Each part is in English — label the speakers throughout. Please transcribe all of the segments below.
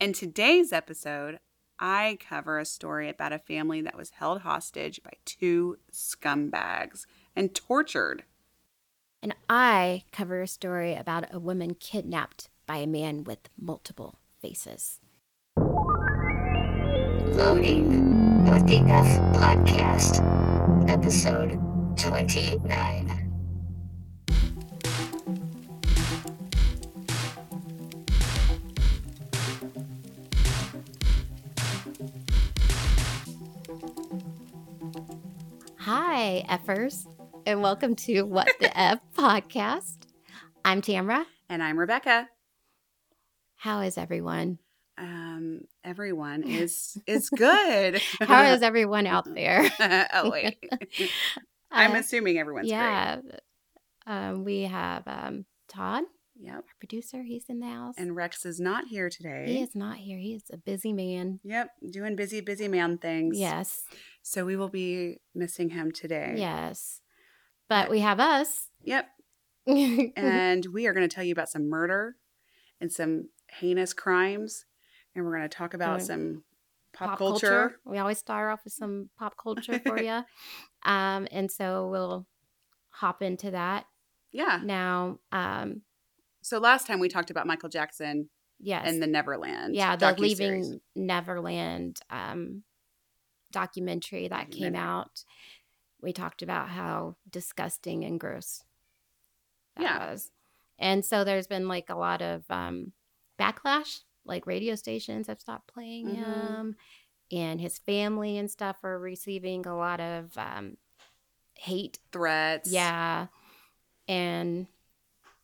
Speaker 1: In today's episode, I cover a story about a family that was held hostage by two scumbags and tortured.
Speaker 2: And I cover a story about a woman kidnapped by a man with multiple faces.
Speaker 3: Loading with the F Podcast, episode 29.
Speaker 2: Hi, effers, and welcome to What the F podcast. I'm Tamra.
Speaker 1: And I'm Rebecca.
Speaker 2: How is everyone?
Speaker 1: Um, everyone is is good.
Speaker 2: How is everyone out there?
Speaker 1: oh wait, I'm
Speaker 2: Uh,
Speaker 1: assuming everyone's great.
Speaker 2: yeah. Um, we have um, Todd,
Speaker 1: Yep.
Speaker 2: our producer. He's in the house.
Speaker 1: And Rex is not here today.
Speaker 2: he is not here. He is a busy man.
Speaker 1: Yep, doing busy, busy man things.
Speaker 2: Yes.
Speaker 1: So we will be missing him today.
Speaker 2: Yes. But we have us.
Speaker 1: Yep.
Speaker 2: Mm-hmm.
Speaker 1: And we are going to tell you about some murder and some heinous crimes. And we're going to talk about
Speaker 2: Mm.
Speaker 1: some pop, culture.
Speaker 2: We always start off with some pop culture for you. Um, and so we'll hop into that
Speaker 1: Yeah.
Speaker 2: Mm-hmm. now. Um,
Speaker 1: So last time we talked about Michael Jackson
Speaker 2: yes.
Speaker 1: and the Neverland.
Speaker 2: yeah, the
Speaker 1: docuseries.
Speaker 2: Leaving Neverland um, documentary that came
Speaker 1: Documentary.
Speaker 2: out. We talked about how disgusting and gross that
Speaker 1: Yeah.
Speaker 2: was. And so there's been like a lot of um, backlash. Like radio stations have stopped playing
Speaker 1: Mhm.
Speaker 2: him, and his family and stuff are receiving a lot of um, hate.
Speaker 1: threats.
Speaker 2: Yeah. And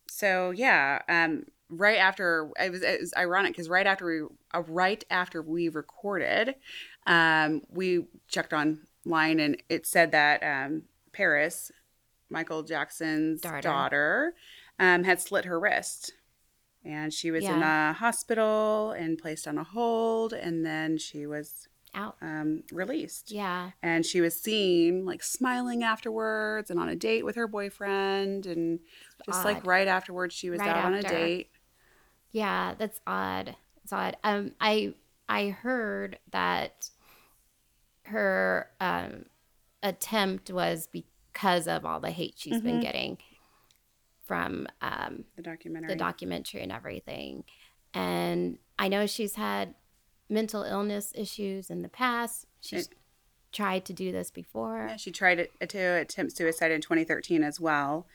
Speaker 1: So yeah, um, right after it was, it was ironic because right after we uh, right after we recorded, um, we checked online and it said that um, Paris, Michael Jackson's daughter,
Speaker 2: Daughter.
Speaker 1: um, had slit her wrist. And she was in a hospital and placed on a hold, and then she was
Speaker 2: out.
Speaker 1: um, released.
Speaker 2: Yeah.
Speaker 1: And she was seen like smiling afterwards and on a date with her boyfriend, and just like
Speaker 2: odd.
Speaker 1: right afterwards she was
Speaker 2: Right
Speaker 1: out on a
Speaker 2: after.
Speaker 1: date.
Speaker 2: Yeah, that's odd. It's odd. Um, I I heard that her um attempt was because of all the hate she's been
Speaker 1: Mhm.
Speaker 2: getting from um
Speaker 1: The documentary.
Speaker 2: the documentary and everything. And I know she's had mental illness issues in the past. She's tried to do this before.
Speaker 1: Yeah, she tried it to attempt suicide in 2013 as well,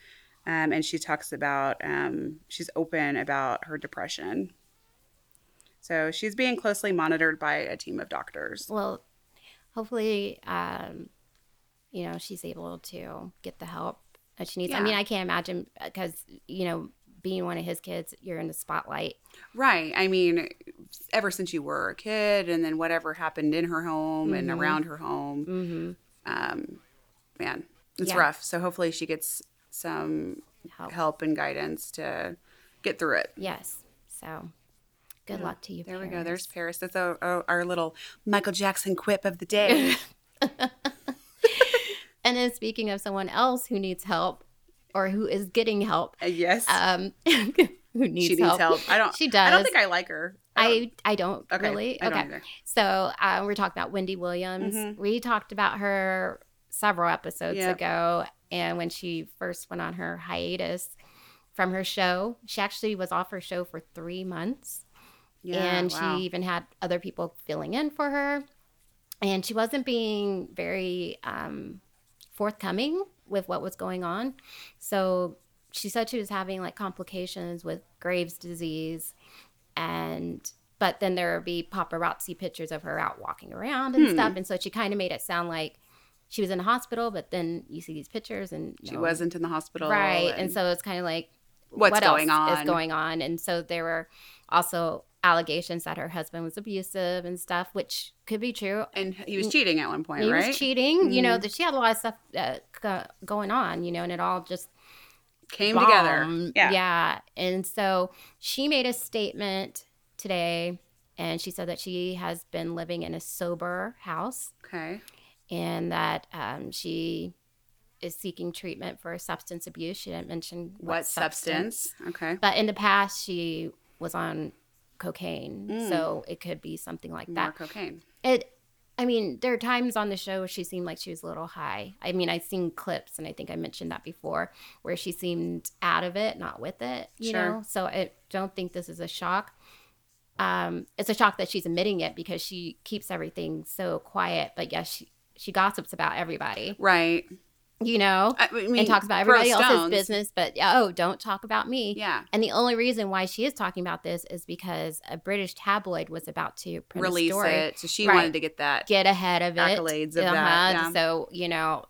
Speaker 1: um, and she talks about um, she's open about her depression. So she's being closely monitored by a team of doctors.
Speaker 2: Well, hopefully, um, you know, she's able to get the help that she needs. I
Speaker 1: Yeah.
Speaker 2: mean, I can't imagine because, you know, being one of his kids, you're in the spotlight.
Speaker 1: Right. I mean, ever since you were a kid, and then whatever happened in her home and
Speaker 2: Mhm.
Speaker 1: around her home,
Speaker 2: Mm-hmm.
Speaker 1: um, man, it's
Speaker 2: Yeah.
Speaker 1: rough. So hopefully she gets some
Speaker 2: Help.
Speaker 1: help and guidance to get through it.
Speaker 2: Yes. So good
Speaker 1: Yeah.
Speaker 2: luck to you.
Speaker 1: There we go. There's
Speaker 2: parents.
Speaker 1: Paris. That's our, our, our little Michael Jackson quip of the day.
Speaker 2: and then speaking of someone else who needs help or who is getting help,
Speaker 1: Uh, yes.
Speaker 2: um, who needs,
Speaker 1: she needs help. I don't.
Speaker 2: She
Speaker 1: I
Speaker 2: does.
Speaker 1: don't think I like her.
Speaker 2: I, I don't
Speaker 1: don't- okay.
Speaker 2: really.
Speaker 1: I don't
Speaker 2: okay.
Speaker 1: either.
Speaker 2: So uh, we're talking about Wendy Williams.
Speaker 1: Mhm.
Speaker 2: We talked about her several episodes
Speaker 1: Yep.
Speaker 2: ago, and when she first went on her hiatus from her show, she actually was off her show for three months,
Speaker 1: Yeah,
Speaker 2: and
Speaker 1: wow.
Speaker 2: she even had other people filling in for her, and she wasn't being very um, forthcoming with what was going on. So she said she was having like complications with Graves' disease and but then there would be paparazzi pictures of her out walking around and
Speaker 1: Hmm.
Speaker 2: stuff and so she kind of made it sound like she was in the hospital but then you see these pictures and
Speaker 1: she
Speaker 2: no-
Speaker 1: wasn't in the hospital.
Speaker 2: right and, so it's kind of like
Speaker 1: what's
Speaker 2: what
Speaker 1: going
Speaker 2: else
Speaker 1: on?
Speaker 2: is going on and so there were also allegations that her husband was abusive and stuff which could be true
Speaker 1: and he was cheating at one point,
Speaker 2: he
Speaker 1: right?
Speaker 2: was cheating you know
Speaker 1: Mhm.
Speaker 2: that she had a lot of stuff uh, go- going on you know and it all just
Speaker 1: Came
Speaker 2: bomb.
Speaker 1: together. Yeah.
Speaker 2: Yeah. And so she made a statement today and she said that she has been living in a sober house
Speaker 1: Okay.
Speaker 2: and that um, she is seeking treatment for substance abuse. She didn't mention
Speaker 1: What substance? Okay.
Speaker 2: But in the past, she was on cocaine.
Speaker 1: Mm.
Speaker 2: So it could be something like
Speaker 1: More
Speaker 2: that.
Speaker 1: cocaine.
Speaker 2: It, I mean, there are times on the show she seemed like she was a little high. I mean, I've seen clips, and I think I mentioned that before, where she seemed out of it, not with it. You
Speaker 1: Sure.
Speaker 2: know, so I don't think this is a shock. Um, it's a shock that she's admitting it because she keeps everything so quiet. But yes, she she gossips about everybody.
Speaker 1: Right.
Speaker 2: You know,
Speaker 1: I, I mean,
Speaker 2: and talks about
Speaker 1: throw
Speaker 2: everybody else's
Speaker 1: stones.
Speaker 2: business. But oh, don't talk about me.
Speaker 1: Yeah.
Speaker 2: And the only reason why she is talking about this is because a British tabloid was about to print
Speaker 1: Release
Speaker 2: a story,
Speaker 1: it. So she
Speaker 2: Right.
Speaker 1: wanted to get that.
Speaker 2: get ahead of it, Uh-huh.
Speaker 1: Accolades of that, yeah.
Speaker 2: So you know,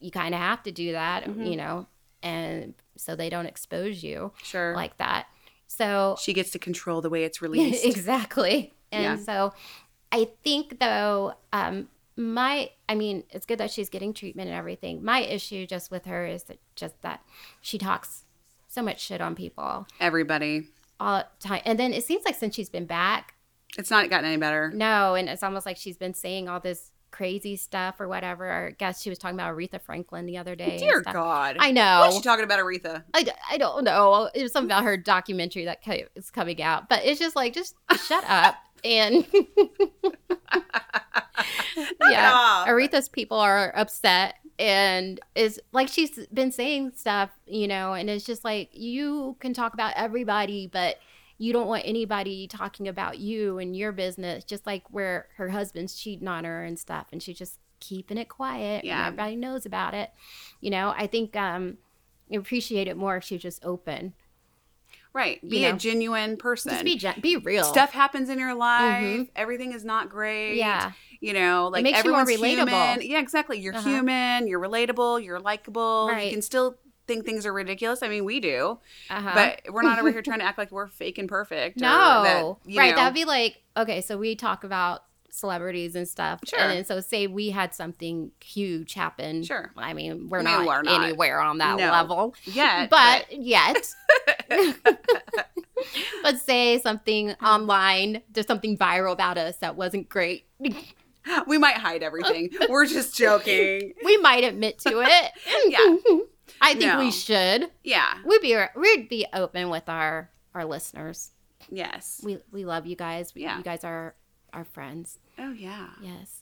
Speaker 2: you kind of have to do that,
Speaker 1: Mhm.
Speaker 2: you know, and so they don't expose you
Speaker 1: Sure.
Speaker 2: like oh. that. So
Speaker 1: she gets to control the way it's released.
Speaker 2: exactly. And
Speaker 1: Yeah.
Speaker 2: so I think though, um, my I mean, it's good that she's getting treatment and everything. My issue just with her is that just that she talks so much shit on people
Speaker 1: Everybody.
Speaker 2: all the time. And then it seems like since she's been back,
Speaker 1: It's not gotten any better.
Speaker 2: no, and it's almost like she's been saying all this crazy stuff or whatever. Or I guess she was talking about Aretha Franklin the other day. and
Speaker 1: Oh, Dear
Speaker 2: stuff.
Speaker 1: God.
Speaker 2: I
Speaker 1: What's
Speaker 2: know.
Speaker 1: she talking about, Aretha?
Speaker 2: I, d- I don't know. It was something about her documentary that co- is coming out, but it's just like, just shut up. And
Speaker 1: Knock
Speaker 2: yeah,
Speaker 1: it off.
Speaker 2: Aretha's people are upset. And it's like she's been saying stuff, you know, and it's just like, you can talk about everybody, but you don't want anybody talking about you and your business, just like where her husband's cheating on her and stuff. And she's just keeping it quiet.
Speaker 1: Yeah.
Speaker 2: And everybody knows about it. You know, I think, um, I appreciate it more if she's just open.
Speaker 1: right. Be
Speaker 2: you
Speaker 1: a
Speaker 2: know.
Speaker 1: genuine person.
Speaker 2: Just be gen- be real.
Speaker 1: Stuff happens in your life. Everything is not great.
Speaker 2: Yeah.
Speaker 1: You know, like
Speaker 2: makes you more
Speaker 1: everyone's
Speaker 2: relatable.
Speaker 1: human. Yeah, exactly. You're
Speaker 2: Uh-huh.
Speaker 1: human. You're relatable. You're likable. You
Speaker 2: Right.
Speaker 1: can still think things are ridiculous. I mean, we do,
Speaker 2: Uh-huh.
Speaker 1: but we're not over here trying to act like we're fake and perfect. or that,
Speaker 2: no,
Speaker 1: you
Speaker 2: right?
Speaker 1: know,
Speaker 2: That'd be like okay. So we talk about celebrities and stuff,
Speaker 1: Sure.
Speaker 2: And then, so say we had something huge happen.
Speaker 1: Sure.
Speaker 2: I mean, we're,
Speaker 1: We
Speaker 2: not,
Speaker 1: are not.
Speaker 2: anywhere on that
Speaker 1: No.
Speaker 2: level,
Speaker 1: yet,
Speaker 2: but yet. but say something online, there's something viral about us that wasn't great.
Speaker 1: but we might hide everything. we're just joking.
Speaker 2: We might admit to it.
Speaker 1: Yeah.
Speaker 2: I think
Speaker 1: No.
Speaker 2: we should.
Speaker 1: Yeah.
Speaker 2: We'd be we'd be open with our our listeners.
Speaker 1: Yes.
Speaker 2: We we love you guys.
Speaker 1: Yeah.
Speaker 2: You guys are our friends.
Speaker 1: oh yeah.
Speaker 2: Yes.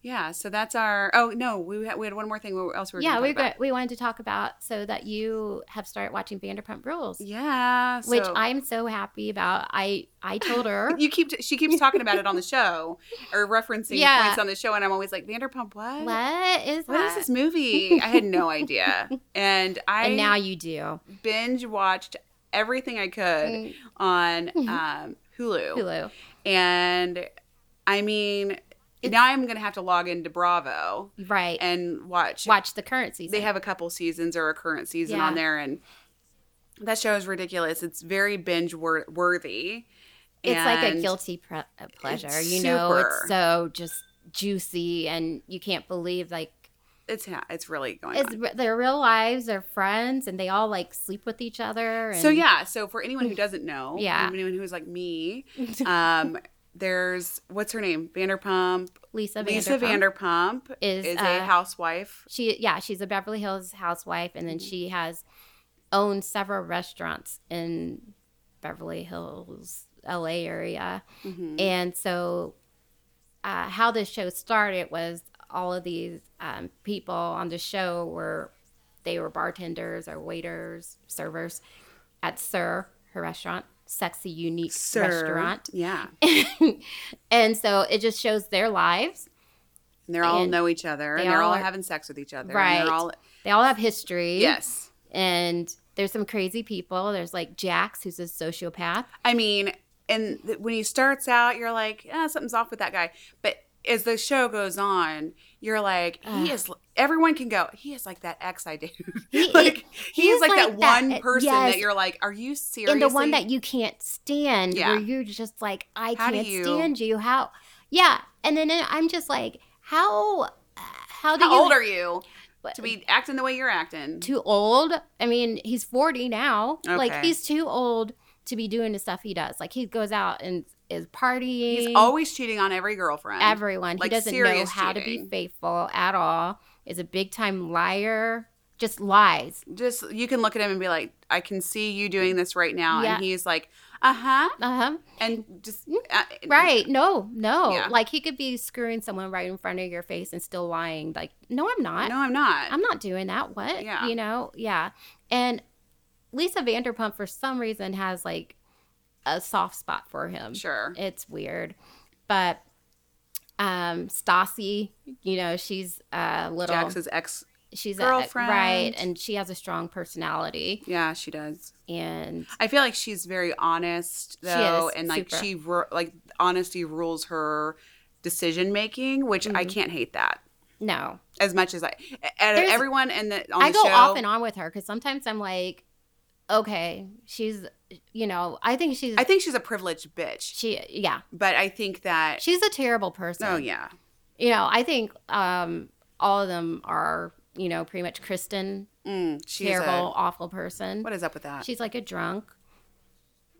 Speaker 1: Yeah. So that's our. Oh no, we had, we had one more thing. What else were we?
Speaker 2: yeah,
Speaker 1: gonna
Speaker 2: we
Speaker 1: talk about?
Speaker 2: got, we wanted to talk about so that you have started watching Vanderpump Rules,
Speaker 1: Yeah. So
Speaker 2: which I'm so happy about. I I told her.
Speaker 1: You keep she keeps talking about it on the show or referencing
Speaker 2: Yeah.
Speaker 1: points on the show, and I'm always like Vanderpump. What?
Speaker 2: What is
Speaker 1: What is
Speaker 2: that?
Speaker 1: this movie? I had no idea, and I
Speaker 2: and now you do.
Speaker 1: binge watched everything I could
Speaker 2: Mm,
Speaker 1: on um, Hulu.
Speaker 2: Hulu.
Speaker 1: and I mean, now I'm gonna have to log into Bravo
Speaker 2: Right.
Speaker 1: and watch.
Speaker 2: Watch the current season.
Speaker 1: They have a couple seasons or a current season
Speaker 2: Yeah.
Speaker 1: on there, and that show is ridiculous. It's very binge wor- worthy.
Speaker 2: it's like a
Speaker 1: and-
Speaker 2: guilty pre- uh, pleasure.
Speaker 1: It's
Speaker 2: you know,
Speaker 1: super.
Speaker 2: it's so just juicy and you can't believe like
Speaker 1: It's not, it's really going. on.
Speaker 2: it's r- their real lives, their friends, and they all like sleep with each other. And
Speaker 1: So yeah, so for anyone who doesn't know,
Speaker 2: Yeah.
Speaker 1: anyone who's like me, um, there's what's her name, Vanderpump,
Speaker 2: Lisa
Speaker 1: Lisa
Speaker 2: Vanderpump.
Speaker 1: Vanderpump
Speaker 2: is,
Speaker 1: is a
Speaker 2: uh,
Speaker 1: housewife.
Speaker 2: she yeah she's a Beverly Hills housewife, and then she has owned several restaurants in Beverly Hills, L.A. area.
Speaker 1: Mhm.
Speaker 2: And so, uh, how this show started was all of these um, people on the show were they were bartenders or waiters, servers at Sir her restaurant, sexy unique
Speaker 1: Sir.
Speaker 2: restaurant,
Speaker 1: yeah,
Speaker 2: and so it just shows their lives.
Speaker 1: and they all
Speaker 2: And
Speaker 1: know each other,
Speaker 2: they
Speaker 1: and they're all,
Speaker 2: all are-
Speaker 1: having sex with each other, And
Speaker 2: Right.
Speaker 1: they're all
Speaker 2: They all have history.
Speaker 1: yes.
Speaker 2: and there's some crazy people. There's like Jax, who's a sociopath.
Speaker 1: I mean, and th- when he starts out, you're like, ah, something's off with that guy, but. As the show goes on, you're like, he
Speaker 2: Ugh.
Speaker 1: is. Everyone can go. He is like that ex I dated.
Speaker 2: He-
Speaker 1: like he,
Speaker 2: he
Speaker 1: is,
Speaker 2: is
Speaker 1: like, that
Speaker 2: like that- eh,
Speaker 1: one person
Speaker 2: yes.
Speaker 1: that you're like, are you serious?
Speaker 2: and the one that you can't stand,
Speaker 1: Yeah.
Speaker 2: where you're just like, I
Speaker 1: How do
Speaker 2: can't
Speaker 1: you-
Speaker 2: stand you. How? Yeah, and then I'm just like, how? How do
Speaker 1: How
Speaker 2: you?
Speaker 1: old are you to be acting the way you're acting?
Speaker 2: too old. I mean, he's 40 now. Like
Speaker 1: Okay.
Speaker 2: he's too old to be doing the stuff he does. Like he goes out and is partying.
Speaker 1: He's always cheating on every girlfriend.
Speaker 2: everyone.
Speaker 1: Like,
Speaker 2: he doesn't know
Speaker 1: serious
Speaker 2: how to
Speaker 1: cheating.
Speaker 2: be faithful at all. Is a big time liar. just lies.
Speaker 1: Just you can look at him and be like, I can see you doing this right now,
Speaker 2: Yeah.
Speaker 1: and he's like, uh huh,
Speaker 2: Uh huh.
Speaker 1: and just
Speaker 2: Mm,
Speaker 1: uh,
Speaker 2: Right. No, no.
Speaker 1: Yeah.
Speaker 2: Like he could be screwing someone right in front of your face and still lying. Like, no, I'm not.
Speaker 1: No, I'm not.
Speaker 2: I'm not doing that. What?
Speaker 1: Yeah.
Speaker 2: You know? Yeah. And Lisa Vanderpump, for some reason, has like a soft spot for him.
Speaker 1: sure.
Speaker 2: It's weird. But um Stassi, you know, she's a little
Speaker 1: Jax's ex.
Speaker 2: she's
Speaker 1: girlfriend.
Speaker 2: a right and she has a strong personality
Speaker 1: Yeah, she does.
Speaker 2: and
Speaker 1: I feel like she's very honest
Speaker 2: She is,
Speaker 1: though, and like
Speaker 2: super.
Speaker 1: she ru- like honesty rules her decision making, which I
Speaker 2: Mhm.
Speaker 1: can't hate that
Speaker 2: no.
Speaker 1: as much as I. And
Speaker 2: There's-
Speaker 1: everyone and the on
Speaker 2: I
Speaker 1: the
Speaker 2: go
Speaker 1: show,
Speaker 2: off and on with her cuz sometimes I'm like okay, she's you know, I think she's
Speaker 1: I think she's a privileged bitch,
Speaker 2: she yeah.
Speaker 1: but I think that
Speaker 2: She's a terrible person.
Speaker 1: oh yeah,
Speaker 2: You know, I think um all of them are, you know, pretty much Kristen,
Speaker 1: mm, she's
Speaker 2: terrible,
Speaker 1: terrible.
Speaker 2: awful person.
Speaker 1: A, what is up with that?
Speaker 2: She's like a drunk,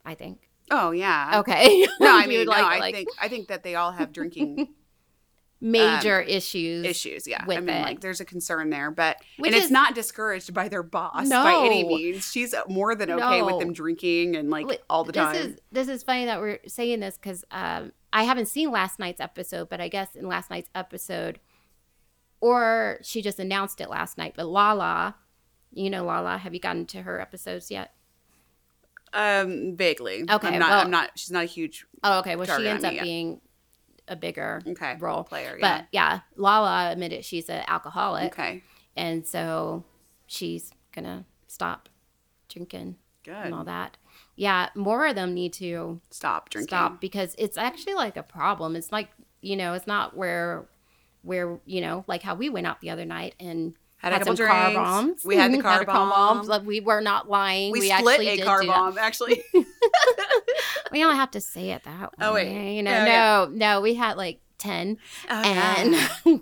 Speaker 2: I think.
Speaker 1: oh yeah.
Speaker 2: Okay.
Speaker 1: No, I
Speaker 2: You
Speaker 1: mean,
Speaker 2: would
Speaker 1: no,
Speaker 2: like-
Speaker 1: I
Speaker 2: like-
Speaker 1: think um, I think that they all have drinking
Speaker 2: major issues.
Speaker 1: issues. Yeah,
Speaker 2: with
Speaker 1: I mean,
Speaker 2: it.
Speaker 1: like there's a concern there, but
Speaker 2: Which
Speaker 1: and it's
Speaker 2: is-
Speaker 1: not discouraged by their boss by any
Speaker 2: No.
Speaker 1: means. She's more than okay with
Speaker 2: No.
Speaker 1: them drinking and like
Speaker 2: Wait,
Speaker 1: all the time.
Speaker 2: This is this is funny that we're saying this because um, I haven't seen last night's episode, but I guess in last night's episode, or she just announced it last night. But Lala, you know Lala, have you gotten to her episodes yet?
Speaker 1: um, vaguely.
Speaker 2: Okay,
Speaker 1: I'm not.
Speaker 2: well-
Speaker 1: I'm not. She's not a huge
Speaker 2: Oh, okay. Well,
Speaker 1: Target
Speaker 2: she ends
Speaker 1: on
Speaker 2: up
Speaker 1: me, yeah.
Speaker 2: being a bigger
Speaker 1: okay
Speaker 2: role
Speaker 1: player. Yeah.
Speaker 2: But yeah, Lala admitted she's an alcoholic,
Speaker 1: okay,
Speaker 2: and so she's gonna stop drinking
Speaker 1: good.
Speaker 2: and all that. Yeah, more of them need to
Speaker 1: Stop drinking.
Speaker 2: stop because it's actually like a problem. It's like you know, it's not where where you know, like how we went out the other night and
Speaker 1: Had, a
Speaker 2: had,
Speaker 1: couple
Speaker 2: some
Speaker 1: drinks.
Speaker 2: car bombs.
Speaker 1: We had the
Speaker 2: Mhm,
Speaker 1: car,
Speaker 2: a
Speaker 1: bomb.
Speaker 2: Like, we were not lying.
Speaker 1: We,
Speaker 2: We,
Speaker 1: split
Speaker 2: actually
Speaker 1: a
Speaker 2: did
Speaker 1: car
Speaker 2: do that.
Speaker 1: bomb. Actually,
Speaker 2: We don't have to say it that way.
Speaker 1: Oh, wait.
Speaker 2: you know,
Speaker 1: Yeah,
Speaker 2: no, no, we had like ten
Speaker 1: Oh,
Speaker 2: and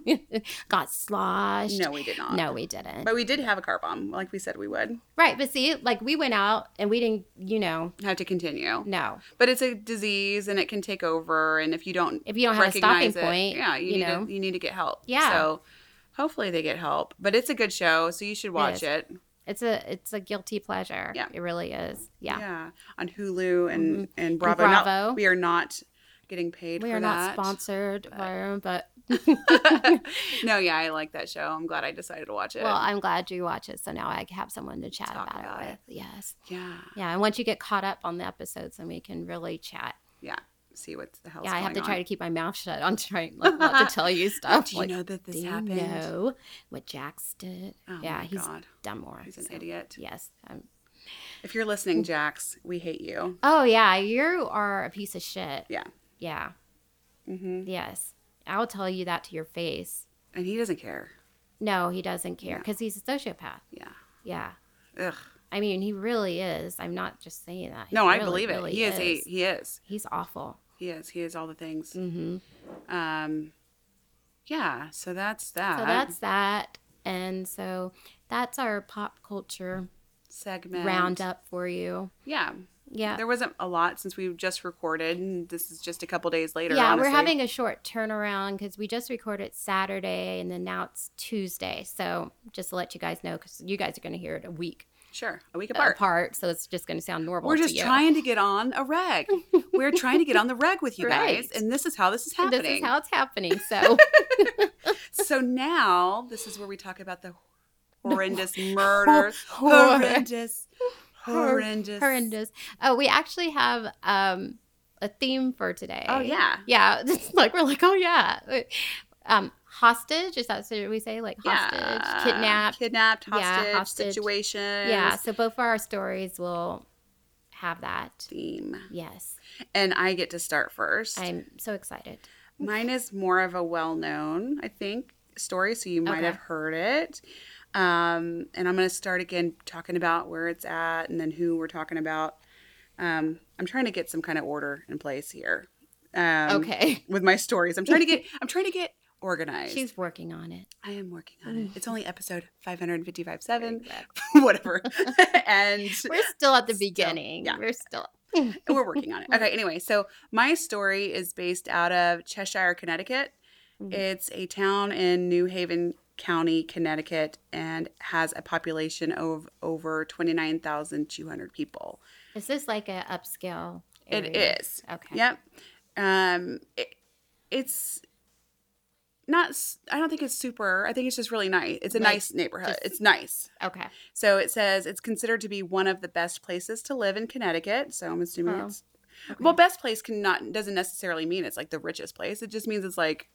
Speaker 1: yeah.
Speaker 2: got sloshed.
Speaker 1: no, we did not.
Speaker 2: No, we didn't.
Speaker 1: But we did have a car bomb, like we said we would.
Speaker 2: right, but see, like we went out and we didn't, you know,
Speaker 1: Have to continue.
Speaker 2: no.
Speaker 1: But it's a disease and it can take over and if you don't
Speaker 2: If you don't have a stopping
Speaker 1: recognize it,
Speaker 2: point,
Speaker 1: yeah, you,
Speaker 2: you
Speaker 1: need
Speaker 2: know.
Speaker 1: to, you need to get help.
Speaker 2: Yeah.
Speaker 1: So hopefully they get help. But it's a good show, so you should watch
Speaker 2: is.
Speaker 1: it.
Speaker 2: It's a it's a guilty pleasure.
Speaker 1: Yeah.
Speaker 2: It really is. Yeah. Mm-hmm.
Speaker 1: On Hulu and and Bravo.
Speaker 2: Bravo.
Speaker 1: Not, we are not getting paid
Speaker 2: We
Speaker 1: for
Speaker 2: are
Speaker 1: that.
Speaker 2: not sponsored by our own, but
Speaker 1: no, yeah, I like that show. I'm glad I decided to watch it.
Speaker 2: well, I'm glad you watch it. So now I have someone to chat
Speaker 1: Talk
Speaker 2: about,
Speaker 1: about
Speaker 2: it
Speaker 1: it.
Speaker 2: with. Yes.
Speaker 1: yeah.
Speaker 2: Yeah. And once you get caught up on the episodes, then we can really chat.
Speaker 1: Yeah. See what the hell's
Speaker 2: yeah. I have to
Speaker 1: going
Speaker 2: try
Speaker 1: on.
Speaker 2: to keep my mouth shut on trying like, not to tell you stuff.
Speaker 1: Do you
Speaker 2: like,
Speaker 1: know that this
Speaker 2: do you
Speaker 1: happened?
Speaker 2: know what Jax did?
Speaker 1: Oh
Speaker 2: yeah.
Speaker 1: my
Speaker 2: He's
Speaker 1: God.
Speaker 2: done more.
Speaker 1: He's an
Speaker 2: so-
Speaker 1: idiot.
Speaker 2: Yes. Um,
Speaker 1: If you're listening,
Speaker 2: Mm-hmm.
Speaker 1: Jax, we hate you.
Speaker 2: oh, yeah. You are a piece of shit.
Speaker 1: Yeah.
Speaker 2: Yeah.
Speaker 1: hmm
Speaker 2: Yes. I'll tell you that to your face.
Speaker 1: And he doesn't care.
Speaker 2: No, he doesn't care
Speaker 1: No.
Speaker 2: because he's a sociopath.
Speaker 1: Yeah.
Speaker 2: Yeah.
Speaker 1: Ugh.
Speaker 2: I mean, he really is. I'm not just saying that. He
Speaker 1: No, I
Speaker 2: really,
Speaker 1: believe it.
Speaker 2: really
Speaker 1: he is. A, he is.
Speaker 2: He's awful.
Speaker 1: He is. He is all the things.
Speaker 2: Mm-hmm.
Speaker 1: Um, yeah. So that's that.
Speaker 2: So that's that. And so that's our pop culture
Speaker 1: segment
Speaker 2: roundup for you.
Speaker 1: Yeah,
Speaker 2: Yeah.
Speaker 1: there wasn't a lot since we just recorded, and this is just a couple days later.
Speaker 2: Yeah,
Speaker 1: honestly.
Speaker 2: we're having a short turnaround because we just recorded Saturday and then now it's Tuesday. So just to let you guys know, because you guys are going to hear it a week
Speaker 1: sure a week
Speaker 2: apart.
Speaker 1: apart.
Speaker 2: so it's just going to sound normal.
Speaker 1: We're
Speaker 2: to
Speaker 1: just
Speaker 2: you.
Speaker 1: trying to get on a reg. we're trying to get on the reg with you guys,
Speaker 2: Right.
Speaker 1: and this is how this is
Speaker 2: And
Speaker 1: happening.
Speaker 2: This is how it's happening. So
Speaker 1: so now this is where we talk about the horrendous murders, horrendous,
Speaker 2: Hor-
Speaker 1: horrendous,
Speaker 2: horrendous. Oh, we actually have um, a theme for today.
Speaker 1: Oh yeah,
Speaker 2: Yeah, it's like we're like, oh yeah, um, hostage. Is that what we say? Like hostage,
Speaker 1: yeah.
Speaker 2: kidnapped.
Speaker 1: kidnapped,
Speaker 2: Yeah,
Speaker 1: hostage,
Speaker 2: hostage.
Speaker 1: situation.
Speaker 2: yeah. So both of our stories will have that.
Speaker 1: Theme.
Speaker 2: Yes,
Speaker 1: And I get to start first.
Speaker 2: I'm so excited.
Speaker 1: Mine is more of a well known, I think, story, so you might
Speaker 2: Okay.
Speaker 1: have heard it. Um, and I'm going to start again talking about where it's at and then who we're talking about. Um, I'm trying to get some kind of order in place here. Um,
Speaker 2: okay,
Speaker 1: With my stories, I'm trying to get. I'm trying to get organized.
Speaker 2: she's working on it.
Speaker 1: I am working on it. It's only episode 555.7,
Speaker 2: Exactly.
Speaker 1: whatever, and
Speaker 2: We're still at the
Speaker 1: Still,
Speaker 2: beginning.
Speaker 1: yeah.
Speaker 2: We're still.
Speaker 1: we're working on it. Okay. Anyway, so my story is based out of Cheshire, Connecticut.
Speaker 2: Mhm.
Speaker 1: It's a town in New Haven, County, Connecticut, and has a population of over 29,200 people.
Speaker 2: Is this like a upscale?
Speaker 1: It
Speaker 2: area?
Speaker 1: is.
Speaker 2: Okay.
Speaker 1: Yep. Um, it, it's not, s- I don't think it's super. I think it's just really nice. It's a
Speaker 2: Like,
Speaker 1: nice neighborhood.
Speaker 2: just-
Speaker 1: it's nice.
Speaker 2: Okay.
Speaker 1: So it says it's considered to be one of the best places to live in Connecticut. So I'm assuming
Speaker 2: Oh,
Speaker 1: it's well, best place can not doesn't necessarily mean it's like the richest place. It just means it's like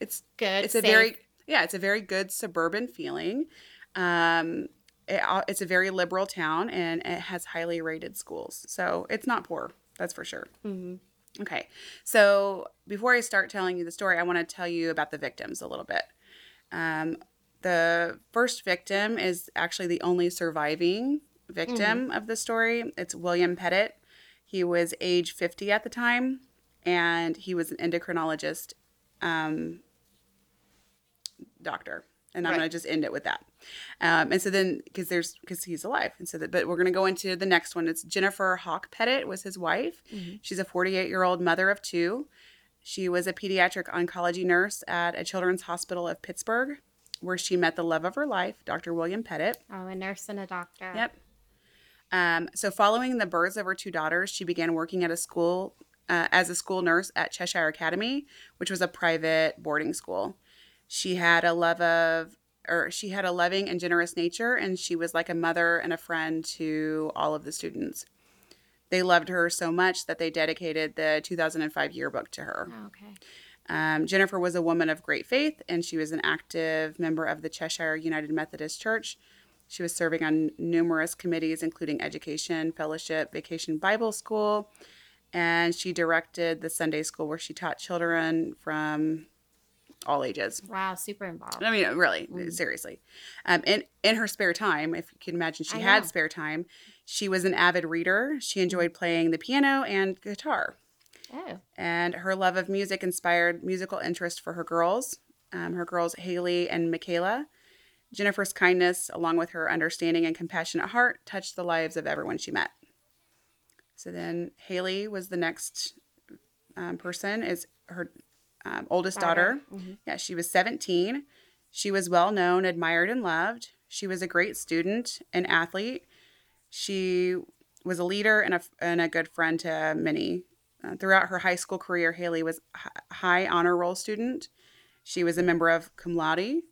Speaker 1: it's
Speaker 2: Good.
Speaker 1: it's a
Speaker 2: safe.
Speaker 1: very yeah, it's a very good suburban feeling. Um, it, al- it's a very liberal town and it has highly rated schools, so it's not poor. That's for sure.
Speaker 2: Mhm.
Speaker 1: Okay, so before I start telling you the story, I want to tell you about the victims a little bit. Um, the first victim is actually the only surviving victim of the story. It's William Pettit. He was age 50 at the time, and he was an endocrinologist um, doctor. And I'm
Speaker 2: Right.
Speaker 1: going to just end it with that. Um, and so then, because there's, because he's alive. And so that, but we're going to go into the next one. It's Jennifer Hawk Pettit was his wife. She's a 48 year old mother of two. She was a pediatric oncology nurse at a children's hospital of Pittsburgh, where she met the love of her life, Dr. William Pettit.
Speaker 2: Oh, a nurse and a doctor.
Speaker 1: Yep. Um, so, following the births of her two daughters, she began working at a school uh, as a school nurse at Cheshire Academy, which was a private boarding school. She had a love of, or she had a loving and generous nature, and she was like a mother and a friend to all of the students. They loved her so much that they dedicated the 2005 yearbook to her.
Speaker 2: Oh, okay.
Speaker 1: Um, Jennifer was a woman of great faith, and she was an active member of the Cheshire United Methodist Church. She was serving on numerous committees, including education, fellowship, vacation Bible school, and she directed the Sunday school where she taught children from all ages.
Speaker 2: Wow. Super involved.
Speaker 1: I mean, really,
Speaker 2: Mm.
Speaker 1: seriously. Um, in in her spare time, if you can imagine, she
Speaker 2: I
Speaker 1: had
Speaker 2: know.
Speaker 1: spare time. She was an avid reader. She enjoyed playing the piano and guitar
Speaker 2: Oh.
Speaker 1: and her love of music inspired musical interest for her girls, um, her girls Haley and Michaela. Jennifer's kindness, along with her understanding and compassionate heart, touched the lives of everyone she met. So then Haley was the next um, person, is her um, oldest daughter.
Speaker 2: Mm-hmm.
Speaker 1: Yeah, she was 17. She was well known, admired, and loved. She was a great student and athlete. She was a leader and a, and a good friend to many. Uh, throughout her high school career, Haley was a h- high honor roll student. She was a member of cum laude,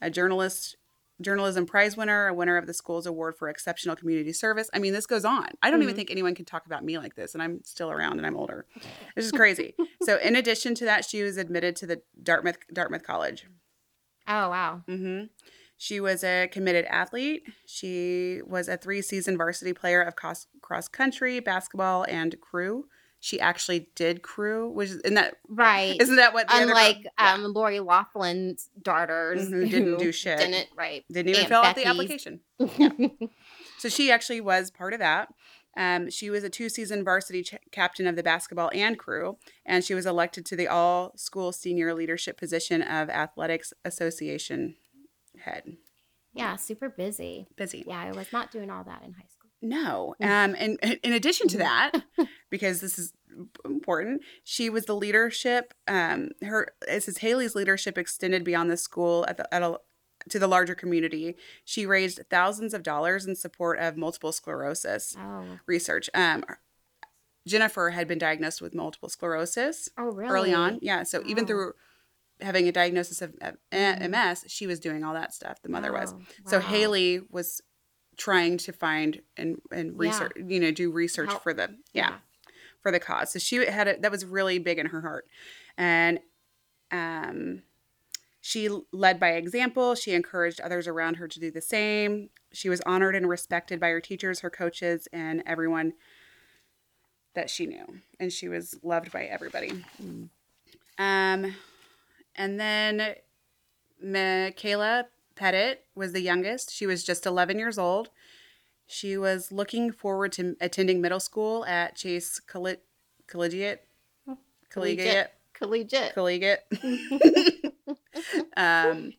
Speaker 1: a journalist, journalism prize winner, a winner of the school's award for exceptional community service. I mean, this goes on. I don't even think anyone can talk about me like this, and I'm still around and I'm older. This is crazy. so, in addition to that, she was admitted to the Dartmouth Dartmouth College.
Speaker 2: Oh wow.
Speaker 1: hmm She was a committed athlete. She was a three season varsity player of cross, cross country, basketball, and crew. She actually did crew, which is, and that,
Speaker 2: Right.
Speaker 1: isn't that what the other girl-
Speaker 2: Unlike
Speaker 1: yeah.
Speaker 2: um, Lori Laughlin's daughters
Speaker 1: Mhm, didn't do shit.
Speaker 2: Didn't right.
Speaker 1: didn't even
Speaker 2: Aunt
Speaker 1: fill out the
Speaker 2: Becky's.
Speaker 1: application. So she actually was part of that. Um, she was a two season varsity ch- captain of the basketball and crew, and she was elected to the all school senior leadership position of Athletics Association head.
Speaker 2: yeah. Super busy.
Speaker 1: Busy.
Speaker 2: Yeah. I was not doing all that in high school.
Speaker 1: No.
Speaker 2: Mm.
Speaker 1: Um, and and in addition to that, because this is important, she was the leadership. Um, her it says Haley's leadership extended beyond the school at the at a, to the larger community. She raised thousands of dollars in support of multiple sclerosis
Speaker 2: Oh.
Speaker 1: research. Um, Jennifer had been diagnosed with multiple sclerosis
Speaker 2: Oh really?
Speaker 1: early on. Yeah. So even
Speaker 2: Wow. Mm-hmm.
Speaker 1: through having a diagnosis of of MS, she was doing all that stuff. The mother was.
Speaker 2: Wow,
Speaker 1: So
Speaker 2: Oh, wow.
Speaker 1: Haley was trying to find and and
Speaker 2: Yeah.
Speaker 1: research, you know, do research
Speaker 2: Help.
Speaker 1: for the yeah, for the cause. So she had a, that was really big in her heart, and um, she led by example. She encouraged others around her to do the same. She was honored and respected by her teachers, her coaches, and everyone that she knew, and she was loved by everybody. Um, and then Michaela Pettit was the youngest. She was just 11 years old. She was looking forward to attending middle school at Chase Colli- Collegiate. Collegiate.
Speaker 2: Collegiate.
Speaker 1: Collegiate. um,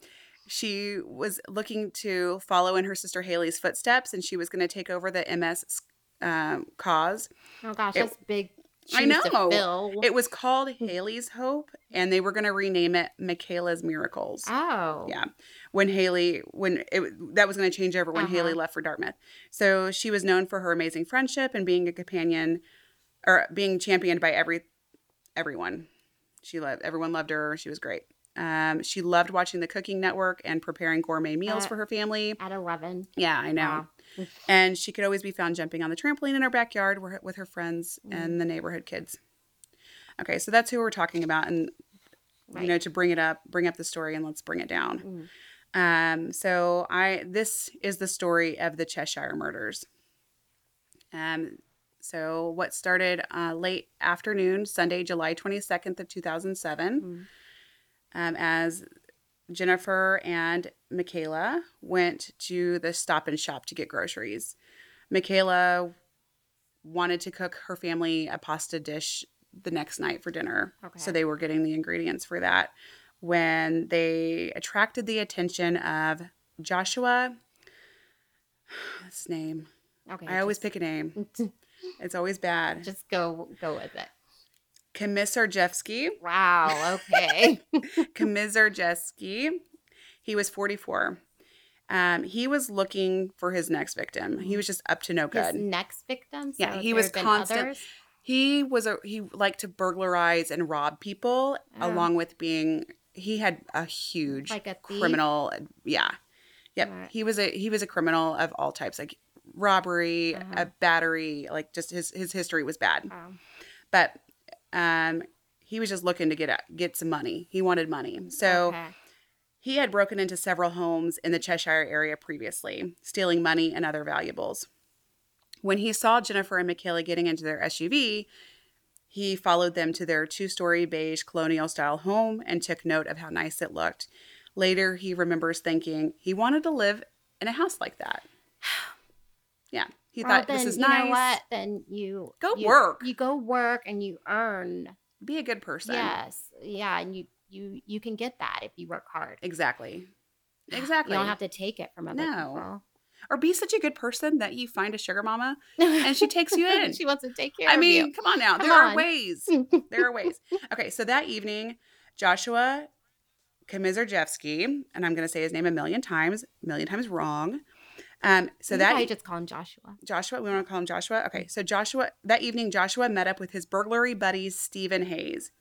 Speaker 1: she was looking to follow in her sister Haley's footsteps, and she was going to take over the MS um, cause.
Speaker 2: Oh gosh,
Speaker 1: It-
Speaker 2: that's big
Speaker 1: I
Speaker 2: shoes to
Speaker 1: know.
Speaker 2: fill.
Speaker 1: It was called Haley's Hope, and they were going to rename it Michaela's Miracles.
Speaker 2: oh.
Speaker 1: Yeah, when Haley, when it that was going to change over when
Speaker 2: Uh-huh.
Speaker 1: Haley left for Dartmouth. So she was known for her amazing friendship and being a companion, or being championed by every everyone. She loved everyone loved her. She was great. Um, she loved watching the Cooking Network and preparing gourmet meals
Speaker 2: Uh,
Speaker 1: for her family.
Speaker 2: At 11.
Speaker 1: Yeah, I know.
Speaker 2: Wow.
Speaker 1: And she could always be found jumping on the trampoline in her backyard where- with her friends and
Speaker 2: Mm.
Speaker 1: the neighborhood kids. Okay, so that's who we're talking about, and
Speaker 2: Right.
Speaker 1: you know, to bring it up, bring up the story, and let's bring it down.
Speaker 2: Mm.
Speaker 1: Um, so I this is the story of the Cheshire murders. Um, so what started uh, late afternoon, Sunday, July twenty second of two thousand seven
Speaker 2: Mm.
Speaker 1: um, as Jennifer and Michaela went to the stop and shop to get groceries. Michaela wanted to cook her family a pasta dish the next night for dinner. So
Speaker 2: Okay.
Speaker 1: they were getting the ingredients for that when they attracted the attention of Joshua. His name.
Speaker 2: Okay.
Speaker 1: I always pick a name.
Speaker 2: just,
Speaker 1: It's always bad.
Speaker 2: just go go with it.
Speaker 1: Komisarjevsky.
Speaker 2: Wow. Okay.
Speaker 1: Kamizarjeski. He was 44. Um, he was looking for his next victim. He was just up to no
Speaker 2: His
Speaker 1: good.
Speaker 2: next victim. So
Speaker 1: Yeah, he
Speaker 2: there
Speaker 1: was
Speaker 2: have been
Speaker 1: constant-
Speaker 2: others?
Speaker 1: He was a he liked to burglarize and rob people,
Speaker 2: Oh.
Speaker 1: along with being he had a huge
Speaker 2: Like a thief?
Speaker 1: criminal. Yeah, yep.
Speaker 2: Right.
Speaker 1: He was a he was a criminal of all types, like robbery,
Speaker 2: Uh-huh.
Speaker 1: a battery. Like just his his history was bad.
Speaker 2: Wow.
Speaker 1: But um, he was just looking to get a, get some money. He wanted money, so.
Speaker 2: Okay.
Speaker 1: He had broken into several homes in the Cheshire area previously, stealing money and other valuables. When he saw Jennifer and Michaela getting into their SUV, he followed them to their two story beige colonial style home and took note of how nice it looked. Later, he remembers thinking he wanted to live in a house like that. Yeah, he
Speaker 2: Well,
Speaker 1: thought this
Speaker 2: then,
Speaker 1: is
Speaker 2: you
Speaker 1: nice.
Speaker 2: know what? Then you
Speaker 1: Go
Speaker 2: you-
Speaker 1: work.
Speaker 2: You go work and you earn.
Speaker 1: Be a good person.
Speaker 2: Yes. Yeah, and you you you can get that if you work hard.
Speaker 1: Exactly. Exactly.
Speaker 2: You don't have to take it from other
Speaker 1: No. or be such a good person that you find a sugar mama
Speaker 2: people.
Speaker 1: and she takes you in.
Speaker 2: she wants to take care
Speaker 1: I
Speaker 2: of
Speaker 1: mean,
Speaker 2: you.
Speaker 1: come on now.
Speaker 2: Come
Speaker 1: there
Speaker 2: on.
Speaker 1: are ways. there are ways. Okay, so that evening, Joshua Kamizerjevsky, and I'm going to say his name a million times, a million times wrong. Um, so
Speaker 2: You
Speaker 1: that
Speaker 2: probably
Speaker 1: e-
Speaker 2: just call him Joshua.
Speaker 1: Joshua, we want to call him Joshua. Okay, so Joshua that evening, Joshua met up with his burglary buddies Stephen Hayes.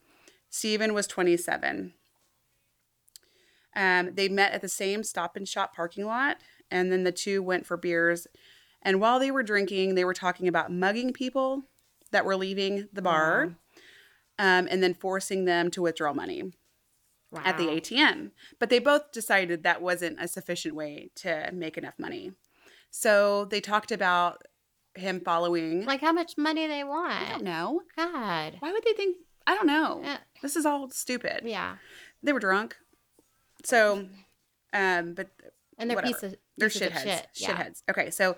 Speaker 1: Stephen was 27. Um, they met at the same stop and shop parking lot, and then the two went for beers. And while they were drinking, they were talking about mugging people that were leaving the bar, um, and then forcing them to withdraw money
Speaker 2: Wow.
Speaker 1: at the ATM. But they both decided that wasn't a sufficient way to make enough money. So they talked about him following.
Speaker 2: Like how much money
Speaker 1: I
Speaker 2: they
Speaker 1: don't
Speaker 2: want.
Speaker 1: know.
Speaker 2: God.
Speaker 1: Why would they think? I don't know.
Speaker 2: Yeah.
Speaker 1: This is all stupid.
Speaker 2: Yeah.
Speaker 1: They were drunk. So, um, but
Speaker 2: And they're
Speaker 1: Whatever.
Speaker 2: piece of
Speaker 1: they're
Speaker 2: pieces of
Speaker 1: shitheads.
Speaker 2: Shit. Yeah.
Speaker 1: Shitheads. Okay. So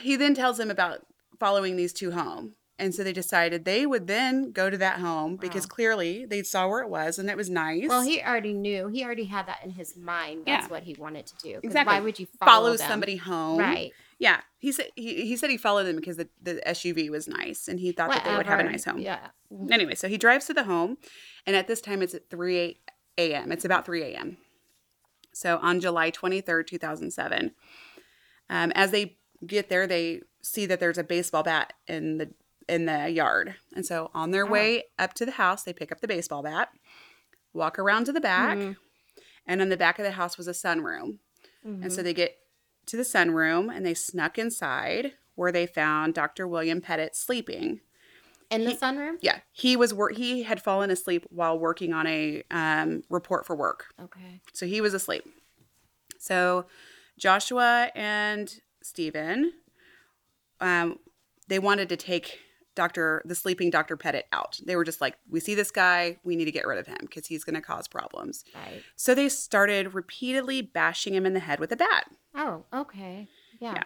Speaker 1: he then tells them about following these two home. And so they decided they would then go to that home because
Speaker 2: Wow.
Speaker 1: clearly they saw where it was and it was nice.
Speaker 2: Well, he already knew. He already had that in his mind. That's
Speaker 1: Yeah.
Speaker 2: what he wanted to do. 'Cause
Speaker 1: Exactly.
Speaker 2: Why would you follow,
Speaker 1: follows
Speaker 2: them?
Speaker 1: somebody home.
Speaker 2: Right.
Speaker 1: Yeah, he said he, he said he followed them because the, the SUV was nice and he thought that they would have a
Speaker 2: Whatever.
Speaker 1: nice home.
Speaker 2: Yeah.
Speaker 1: Anyway, so he drives to the home, and at this time it's at 3 a.m. It's about 3 a.m. So on July 23rd, 2007, um, as they get there, they see that there's a baseball bat in the in the yard, and so on their
Speaker 2: Oh.
Speaker 1: way up to the house, they pick up the baseball bat, walk around to the back,
Speaker 2: Mhm.
Speaker 1: and on the back of the house was a sunroom. And
Speaker 2: Mhm.
Speaker 1: so they get to the sunroom and they snuck inside where they found Dr. William Pettit sleeping.
Speaker 2: in the sunroom.
Speaker 1: Yeah, he was wor- he had fallen asleep while working on a um, report for work.
Speaker 2: Okay.
Speaker 1: So he was asleep. So Joshua and Stephen um, they wanted to take Dr. the sleeping Dr. Pettit out. They were just like, we see this guy, we need to get rid of him because he's going to cause problems.
Speaker 2: Right.
Speaker 1: So they started repeatedly bashing him in the head with a bat.
Speaker 2: Oh. Okay. Yeah.
Speaker 1: Yeah.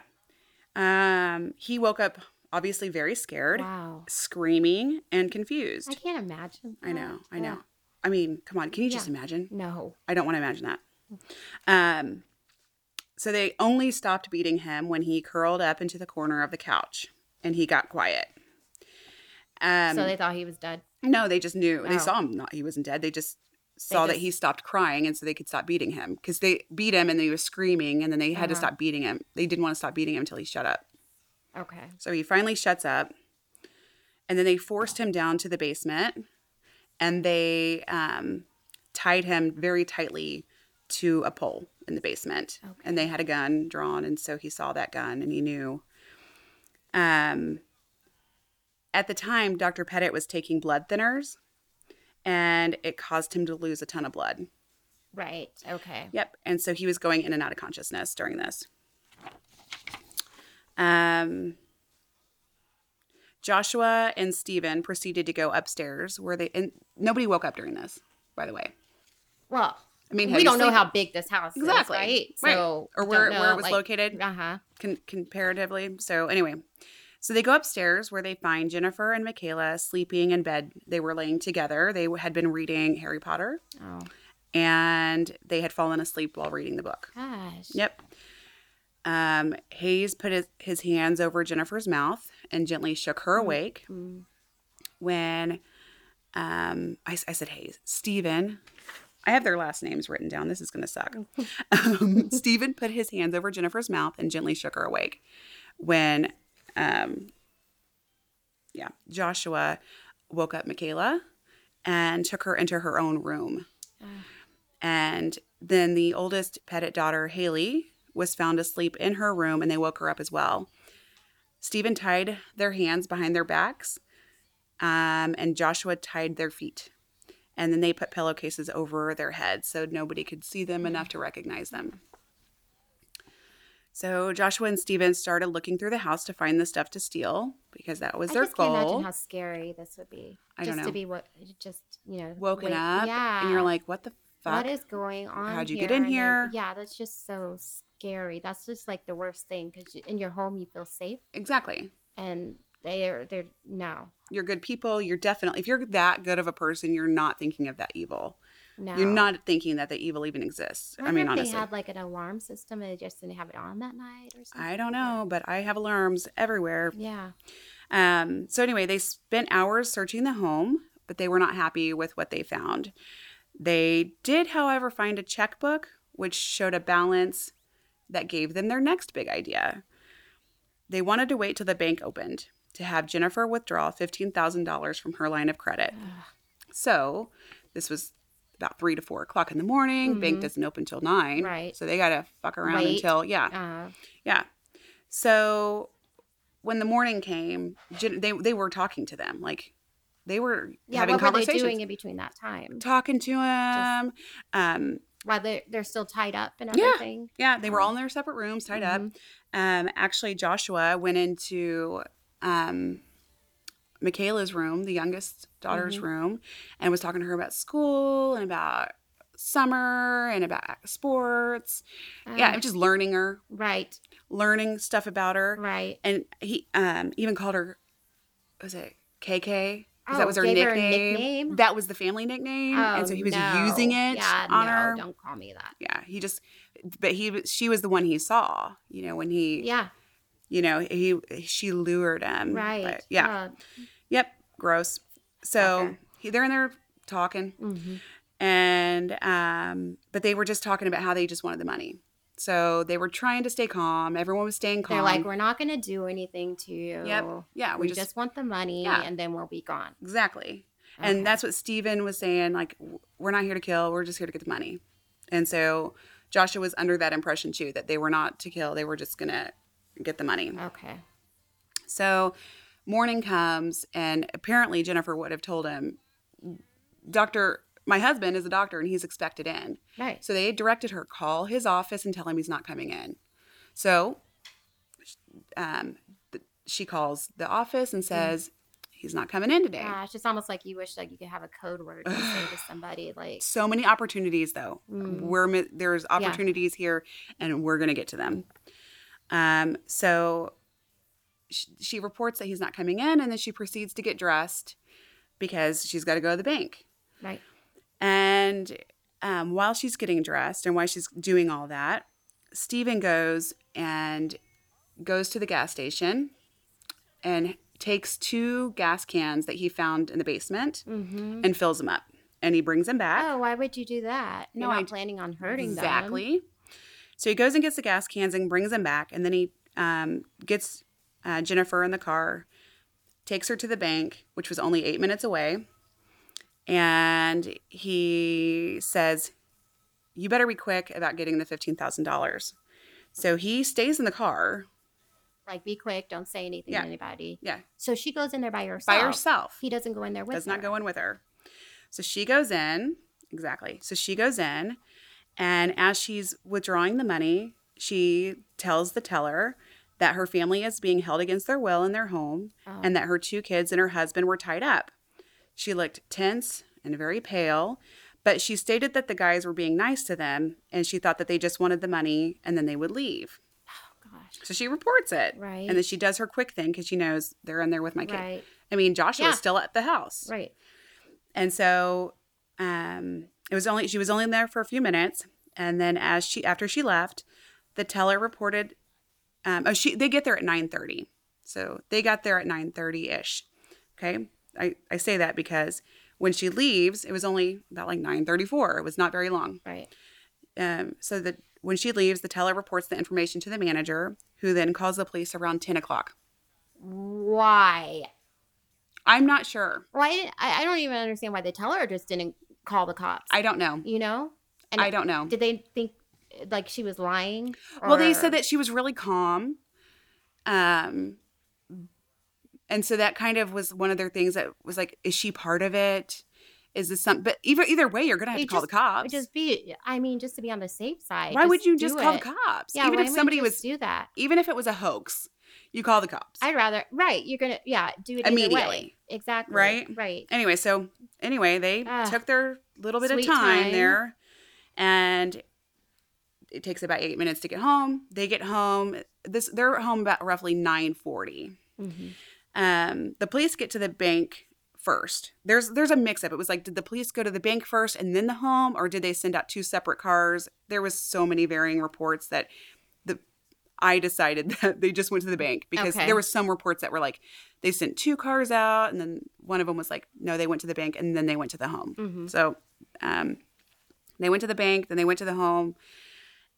Speaker 1: Um, he woke up obviously very scared,
Speaker 2: Wow.
Speaker 1: screaming and
Speaker 2: I
Speaker 1: confused.
Speaker 2: can't imagine.
Speaker 1: I, know,
Speaker 2: that.
Speaker 1: I know.
Speaker 2: Yeah.
Speaker 1: I mean, come on, can you just
Speaker 2: Yeah. Mm.
Speaker 1: imagine?
Speaker 2: No.
Speaker 1: I don't want to imagine that. Um, so they only stopped beating him when he curled up into the corner of the couch and he got quiet. Um,
Speaker 2: so they thought he was dead.
Speaker 1: no, they just knew. They
Speaker 2: Oh.
Speaker 1: saw him. Not he wasn't dead. They just saw that
Speaker 2: just-
Speaker 1: he stopped crying, and so they could stop beating him because they beat him and then he was screaming, and then they had to
Speaker 2: Uh-huh.
Speaker 1: stop beating him. They didn't want to stop beating him until he shut up.
Speaker 2: Okay.
Speaker 1: So he finally shuts up. And then they forced him down to the basement and they um, tied him very tightly to a pole in the basement. And they had a gun drawn. And so he saw that gun and he knew. Um, at the time, Dr. Pettit was taking blood thinners and it caused him to lose a ton of blood.
Speaker 2: Right. Okay.
Speaker 1: Yep. And so he was going in and out of consciousness during this. Um, Joshua and Stephen proceeded to go upstairs where they, and nobody woke up during this, by the way.
Speaker 2: Well,
Speaker 1: I mean,
Speaker 2: we
Speaker 1: heavy
Speaker 2: don't know
Speaker 1: sleep-
Speaker 2: how big this house
Speaker 1: Exactly.
Speaker 2: is, right?
Speaker 1: Right.
Speaker 2: So
Speaker 1: Or
Speaker 2: don't
Speaker 1: where- where
Speaker 2: know,
Speaker 1: it was located.
Speaker 2: Uh-huh.
Speaker 1: con- comparatively. So, anyway, so they go upstairs where they find Jennifer and Michaela sleeping in bed. They were laying together. They had been reading Harry Potter
Speaker 2: Oh
Speaker 1: and they had fallen asleep while reading the book.
Speaker 2: gosh.
Speaker 1: Yep. Um, Hayes put his, his hands over Jennifer's mouth and gently shook her awake.
Speaker 2: Mm.
Speaker 1: When um, I, s- I said Hayes, Stephen, I have their last names written down. This is going to suck. um, Stephen put his hands over Jennifer's mouth and gently shook her awake. When, um, yeah, Joshua woke up Michaela and took her into her own room.
Speaker 2: Ah.
Speaker 1: And then the oldest Pettit daughter, Haley, was found asleep in her room and they woke her up as well. Stephen tied their hands behind their backs um, and Joshua tied their feet. And then they put pillowcases over their heads so nobody could see them
Speaker 2: Mm.
Speaker 1: enough to recognize them. So Joshua and Stephen started looking through the house to find the stuff to steal because that was
Speaker 2: I
Speaker 1: their
Speaker 2: just
Speaker 1: goal.
Speaker 2: can't imagine how scary this would be.
Speaker 1: I
Speaker 2: just
Speaker 1: don't know.
Speaker 2: to be what just you know
Speaker 1: Woken
Speaker 2: wake-
Speaker 1: up
Speaker 2: Yeah.
Speaker 1: and you're like, what the fuck?
Speaker 2: what is going on?
Speaker 1: How'd you get in
Speaker 2: And then-
Speaker 1: here?
Speaker 2: yeah, that's just so scary. That's just like the worst thing because in your home you feel safe
Speaker 1: exactly.
Speaker 2: and they're they're no
Speaker 1: you're good people. You're definitely, if you're that good of a person, you're not thinking of that evil.
Speaker 2: no.
Speaker 1: You're not thinking that the evil even exists. I,
Speaker 2: wonder
Speaker 1: mean,
Speaker 2: if
Speaker 1: honestly,
Speaker 2: they had like an alarm system and they just didn't have it on that night or something.
Speaker 1: I don't know, but I have alarms everywhere.
Speaker 2: Yeah.
Speaker 1: Um, so, anyway, they spent hours searching the home, but they were not happy with what they found. They did, however, find a checkbook which showed a balance that gave them their next big idea. They wanted to wait till the bank opened to have Jennifer withdraw $15,000 from her line of credit.
Speaker 2: Ugh.
Speaker 1: So this was about three to four o'clock in the morning. Bank
Speaker 2: Mhm.
Speaker 1: doesn't open till nine.
Speaker 2: Right.
Speaker 1: So they gotta fuck around
Speaker 2: Wait.
Speaker 1: until yeah,
Speaker 2: Uh,
Speaker 1: yeah. So when the morning came, Jen, they they were talking to them like they were
Speaker 2: yeah.
Speaker 1: having
Speaker 2: what were they
Speaker 1: conversations,
Speaker 2: doing in between that time?
Speaker 1: talking to him. Um,
Speaker 2: While they're they're still tied up and
Speaker 1: Yeah.
Speaker 2: everything.
Speaker 1: yeah, they were all in their separate rooms, tied up.
Speaker 2: Mhm.
Speaker 1: Um, actually, Joshua went into um, Michaela's room, the youngest daughter's
Speaker 2: Mhm.
Speaker 1: room, and was talking to her about school and about summer and about sports. yeah,
Speaker 2: Uh,
Speaker 1: just learning her,
Speaker 2: Right.
Speaker 1: learning stuff about her.
Speaker 2: Right.
Speaker 1: And he um, even called her, was it KK? 'Cause
Speaker 2: Oh,
Speaker 1: that was her
Speaker 2: gave her a
Speaker 1: nickname.
Speaker 2: nickname?
Speaker 1: That was the family nickname, and so he was
Speaker 2: Oh, no.
Speaker 1: using it
Speaker 2: Yeah,
Speaker 1: on
Speaker 2: no,
Speaker 1: her.
Speaker 2: Don't call me that.
Speaker 1: Yeah, he just, but he was- she was the one he saw. You know when he
Speaker 2: Yeah.
Speaker 1: you know he she lured him
Speaker 2: Right.
Speaker 1: Um, but yeah yep gross so
Speaker 2: Okay.
Speaker 1: he, they're in there talking
Speaker 2: Uh, mhm.
Speaker 1: and um but they were just talking about how they just wanted the money so they were trying to stay calm everyone was staying calm
Speaker 2: They're like, we're not going to do anything to you.
Speaker 1: Yep. yeah
Speaker 2: We, just, want the money
Speaker 1: Yeah.
Speaker 2: and then we'll be gone.
Speaker 1: exactly
Speaker 2: Okay.
Speaker 1: and that's what steven was saying like w- we're not here to kill we're just here to get the money and so joshua was under that impression too that they were not to kill they were just gonna get the money
Speaker 2: okay.
Speaker 1: So morning comes, and apparently Jennifer would have told him, Doctor, my husband is a doctor and he's expected in.
Speaker 2: Right.
Speaker 1: So they directed her, call his office and tell him he's not coming in. So um, th- she calls the office and says, he's not coming in today.
Speaker 2: Gosh, it's almost like you wish like you could have a code word to say to somebody like
Speaker 1: So many opportunities, though.
Speaker 2: Mm.
Speaker 1: We're mi- there's opportunities here, and we're gonna get to them. Um, so she, she reports that he's not coming in, and then she proceeds to get dressed because she's got to go to the bank.
Speaker 2: right.
Speaker 1: And um, while she's getting dressed and while she's doing all that, Stephen goes and goes to the gas station and takes two gas cans that he found in the basement
Speaker 2: Mm-hmm.
Speaker 1: and fills them up. And he brings them back.
Speaker 2: Oh, why would you do that?
Speaker 1: No,
Speaker 2: You're
Speaker 1: I
Speaker 2: not
Speaker 1: d-
Speaker 2: planning on hurting them.
Speaker 1: exactly. So he goes and gets the gas cans and brings them back, and then he um, gets uh, Jennifer in the car, takes her to the bank, which was only eight minutes away, and he says, "You better be quick about getting the fifteen thousand dollars." So he stays in the car,
Speaker 2: Like, be quick. Don't say anything
Speaker 1: Yeah.
Speaker 2: to anybody.
Speaker 1: yeah,
Speaker 2: So she goes in there by herself.
Speaker 1: by herself.
Speaker 2: He doesn't go in there with
Speaker 1: does not
Speaker 2: her.
Speaker 1: go in with her. So she goes in, exactly. So she goes in, and as she's withdrawing the money, she tells the teller that her family is being held against their will in their home
Speaker 2: Oh.
Speaker 1: and that her two kids and her husband were tied up. She looked tense and very pale, but she stated that the guys were being nice to them and she thought that they just wanted the money and then they would leave.
Speaker 2: oh, gosh.
Speaker 1: So she reports it.
Speaker 2: Right.
Speaker 1: And then she does her quick thing because she knows they're in there with my kid.
Speaker 2: Right.
Speaker 1: I mean, Joshua's
Speaker 2: Yeah.
Speaker 1: still at the house.
Speaker 2: Right.
Speaker 1: And so um, it was only she was only in there for a few minutes, and then as she after she left, the teller reported. Um, oh, she they get there at nine thirty, so they got there at nine thirty ish. Okay, I I say that because when she leaves, it was only about like nine thirty four. It was not very long.
Speaker 2: Right.
Speaker 1: Um, so that when she leaves, the teller reports the information to the manager, who then calls the police around ten o'clock.
Speaker 2: Why?
Speaker 1: I'm not sure.
Speaker 2: Why? Didn't, I, I don't even understand why the teller just didn't call the cops.
Speaker 1: I don't know.
Speaker 2: you know? And
Speaker 1: I don't know.
Speaker 2: Did they think like she was lying?
Speaker 1: Well, they
Speaker 2: or-
Speaker 1: said that she was really calm. Um and so that kind of was one of their things that was like, is she part of it? Is this something? But either either way, you're gonna have to
Speaker 2: It
Speaker 1: call
Speaker 2: just-
Speaker 1: the cops.
Speaker 2: Just be. I mean, just to be on the safe side.
Speaker 1: why would you just
Speaker 2: do
Speaker 1: call
Speaker 2: it.
Speaker 1: the cops?
Speaker 2: Yeah.
Speaker 1: even
Speaker 2: why
Speaker 1: if
Speaker 2: would
Speaker 1: somebody
Speaker 2: you
Speaker 1: was,
Speaker 2: just do that,
Speaker 1: even if it was a hoax, you call the cops.
Speaker 2: I'd rather. Right. You're gonna. Yeah. Do it either way.
Speaker 1: Immediately.
Speaker 2: Exactly.
Speaker 1: Right?
Speaker 2: Right.
Speaker 1: anyway, so anyway, they
Speaker 2: Ah,
Speaker 1: took their little bit of
Speaker 2: sweet
Speaker 1: time,
Speaker 2: time.
Speaker 1: there, and it takes about eight minutes to get home. They get home. This they're at home about roughly nine forty.
Speaker 2: Mhm.
Speaker 1: um, the police get to the bank first. There's there's a mix up. It was like, did the police go to the bank first and then the home, or did they send out two separate cars? There was so many varying reports that the I decided that they just went to the bank because
Speaker 2: Okay.
Speaker 1: there were some reports that were like they sent two cars out, and then one of them was like, no, they went to the bank and then they went to the home.
Speaker 2: Mhm.
Speaker 1: So um, they went to the bank, then they went to the home,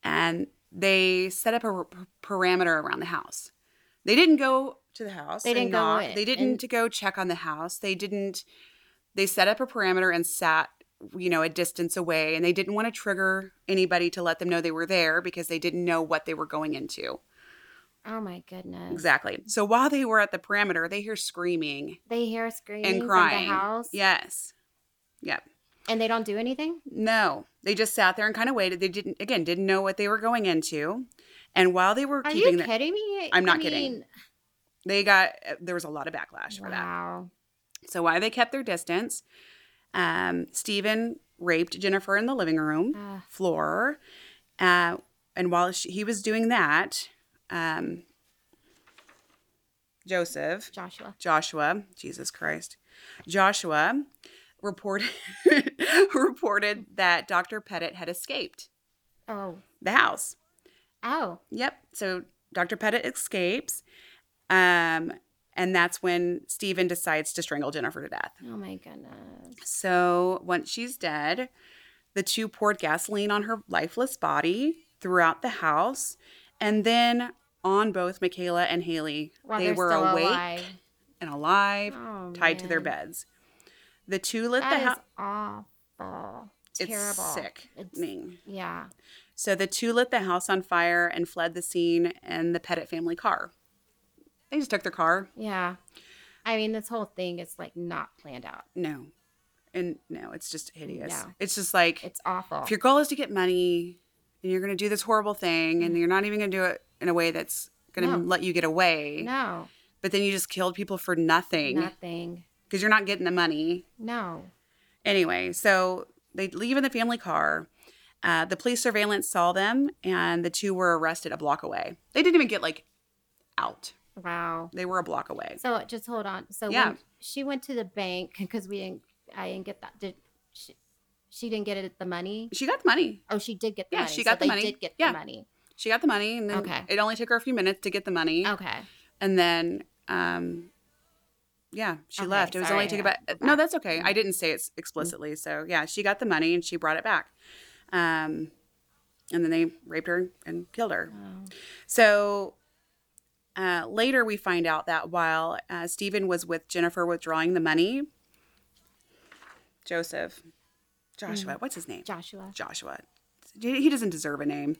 Speaker 1: and they set up a r- parameter around the house. They didn't go to the house.
Speaker 2: They
Speaker 1: and
Speaker 2: didn't go
Speaker 1: knock.
Speaker 2: in-
Speaker 1: They didn't
Speaker 2: and-
Speaker 1: to go check on the house. They didn't. They set up a parameter and sat, you know, a distance away, and they didn't want to trigger anybody to let them know they were there because they didn't know what they were going into.
Speaker 2: Oh my goodness.
Speaker 1: Exactly. So while they were at the parameter, they hear screaming
Speaker 2: They hear screaming
Speaker 1: and crying.
Speaker 2: from the house.
Speaker 1: Yes. Yep.
Speaker 2: And they don't do anything.
Speaker 1: No, they just sat there and kind of waited. They didn't, again, didn't know what they were going into. And while they were
Speaker 2: Are you
Speaker 1: keeping their,
Speaker 2: kidding me?
Speaker 1: I'm
Speaker 2: I
Speaker 1: not kidding.
Speaker 2: mean,
Speaker 1: they got, there was a lot of backlash for that.
Speaker 2: Wow.
Speaker 1: So while they kept their distance, um, Stephen raped Jennifer in the living room
Speaker 2: Ugh.
Speaker 1: floor. Uh, and while she, he was doing that, um, Joseph,
Speaker 2: Joshua.
Speaker 1: Joshua, Jesus Christ, Joshua reported reported that Dr. Pettit had escaped.
Speaker 2: Oh.
Speaker 1: the house.
Speaker 2: Oh.
Speaker 1: Yep. So Dr. Pettit escapes. Um, and that's when Stephen decides to strangle Jennifer to death.
Speaker 2: Oh my goodness.
Speaker 1: So once she's dead, the two poured gasoline on her lifeless body throughout the house and then on both Michaela and Haley.
Speaker 2: While
Speaker 1: they
Speaker 2: they're
Speaker 1: were
Speaker 2: still
Speaker 1: awake
Speaker 2: alive.
Speaker 1: and alive,
Speaker 2: Oh,
Speaker 1: tied to their
Speaker 2: man.
Speaker 1: beds. The two lit
Speaker 2: That
Speaker 1: the
Speaker 2: is
Speaker 1: house.
Speaker 2: awful. Terrible.
Speaker 1: It's sick.
Speaker 2: It's, yeah.
Speaker 1: So the two lit the house on fire and fled the scene in the Pettit family car. They just took their car.
Speaker 2: Yeah. I mean, this whole thing is like not planned out.
Speaker 1: No. And no, it's just hideous.
Speaker 2: No.
Speaker 1: It's just like
Speaker 2: It's awful.
Speaker 1: if your goal is to get money and you're going to do this horrible thing and you're not even going to do it in a way that's going to
Speaker 2: Mm-hmm. No.
Speaker 1: let you get away,
Speaker 2: No,
Speaker 1: but then you just killed people for nothing
Speaker 2: nothing.
Speaker 1: because you're not getting the money.
Speaker 2: No.
Speaker 1: Anyway, so they leave in the family car. Uh, the police surveillance saw them, and the two were arrested a block away. They didn't even get like out;
Speaker 2: Wow.
Speaker 1: they were a block away.
Speaker 2: So just hold on. So
Speaker 1: Yeah.
Speaker 2: when she went to the bank because we didn't. I didn't get that. Did she? She didn't get it. The money.
Speaker 1: She got the money.
Speaker 2: Oh, she did get the
Speaker 1: Yeah,
Speaker 2: money.
Speaker 1: she
Speaker 2: So
Speaker 1: got the
Speaker 2: they
Speaker 1: money.
Speaker 2: Did get
Speaker 1: Yeah.
Speaker 2: the money.
Speaker 1: She got the money, and then
Speaker 2: Okay.
Speaker 1: it only took her a few minutes to get the money.
Speaker 2: Okay.
Speaker 1: And then um, yeah, she
Speaker 2: Okay,
Speaker 1: left. It was
Speaker 2: sorry,
Speaker 1: only took
Speaker 2: yeah.
Speaker 1: about uh,
Speaker 2: Okay.
Speaker 1: no, that's okay. I didn't say it s- explicitly, so yeah, she got the money and she brought it back. Um, and then they raped her and killed her.
Speaker 2: Oh.
Speaker 1: So uh, later we find out that while uh, Stephen was with Jennifer withdrawing the money, Joseph, Joshua,
Speaker 2: Mm.
Speaker 1: what's his name?
Speaker 2: Joshua.
Speaker 1: Joshua. He doesn't deserve a name.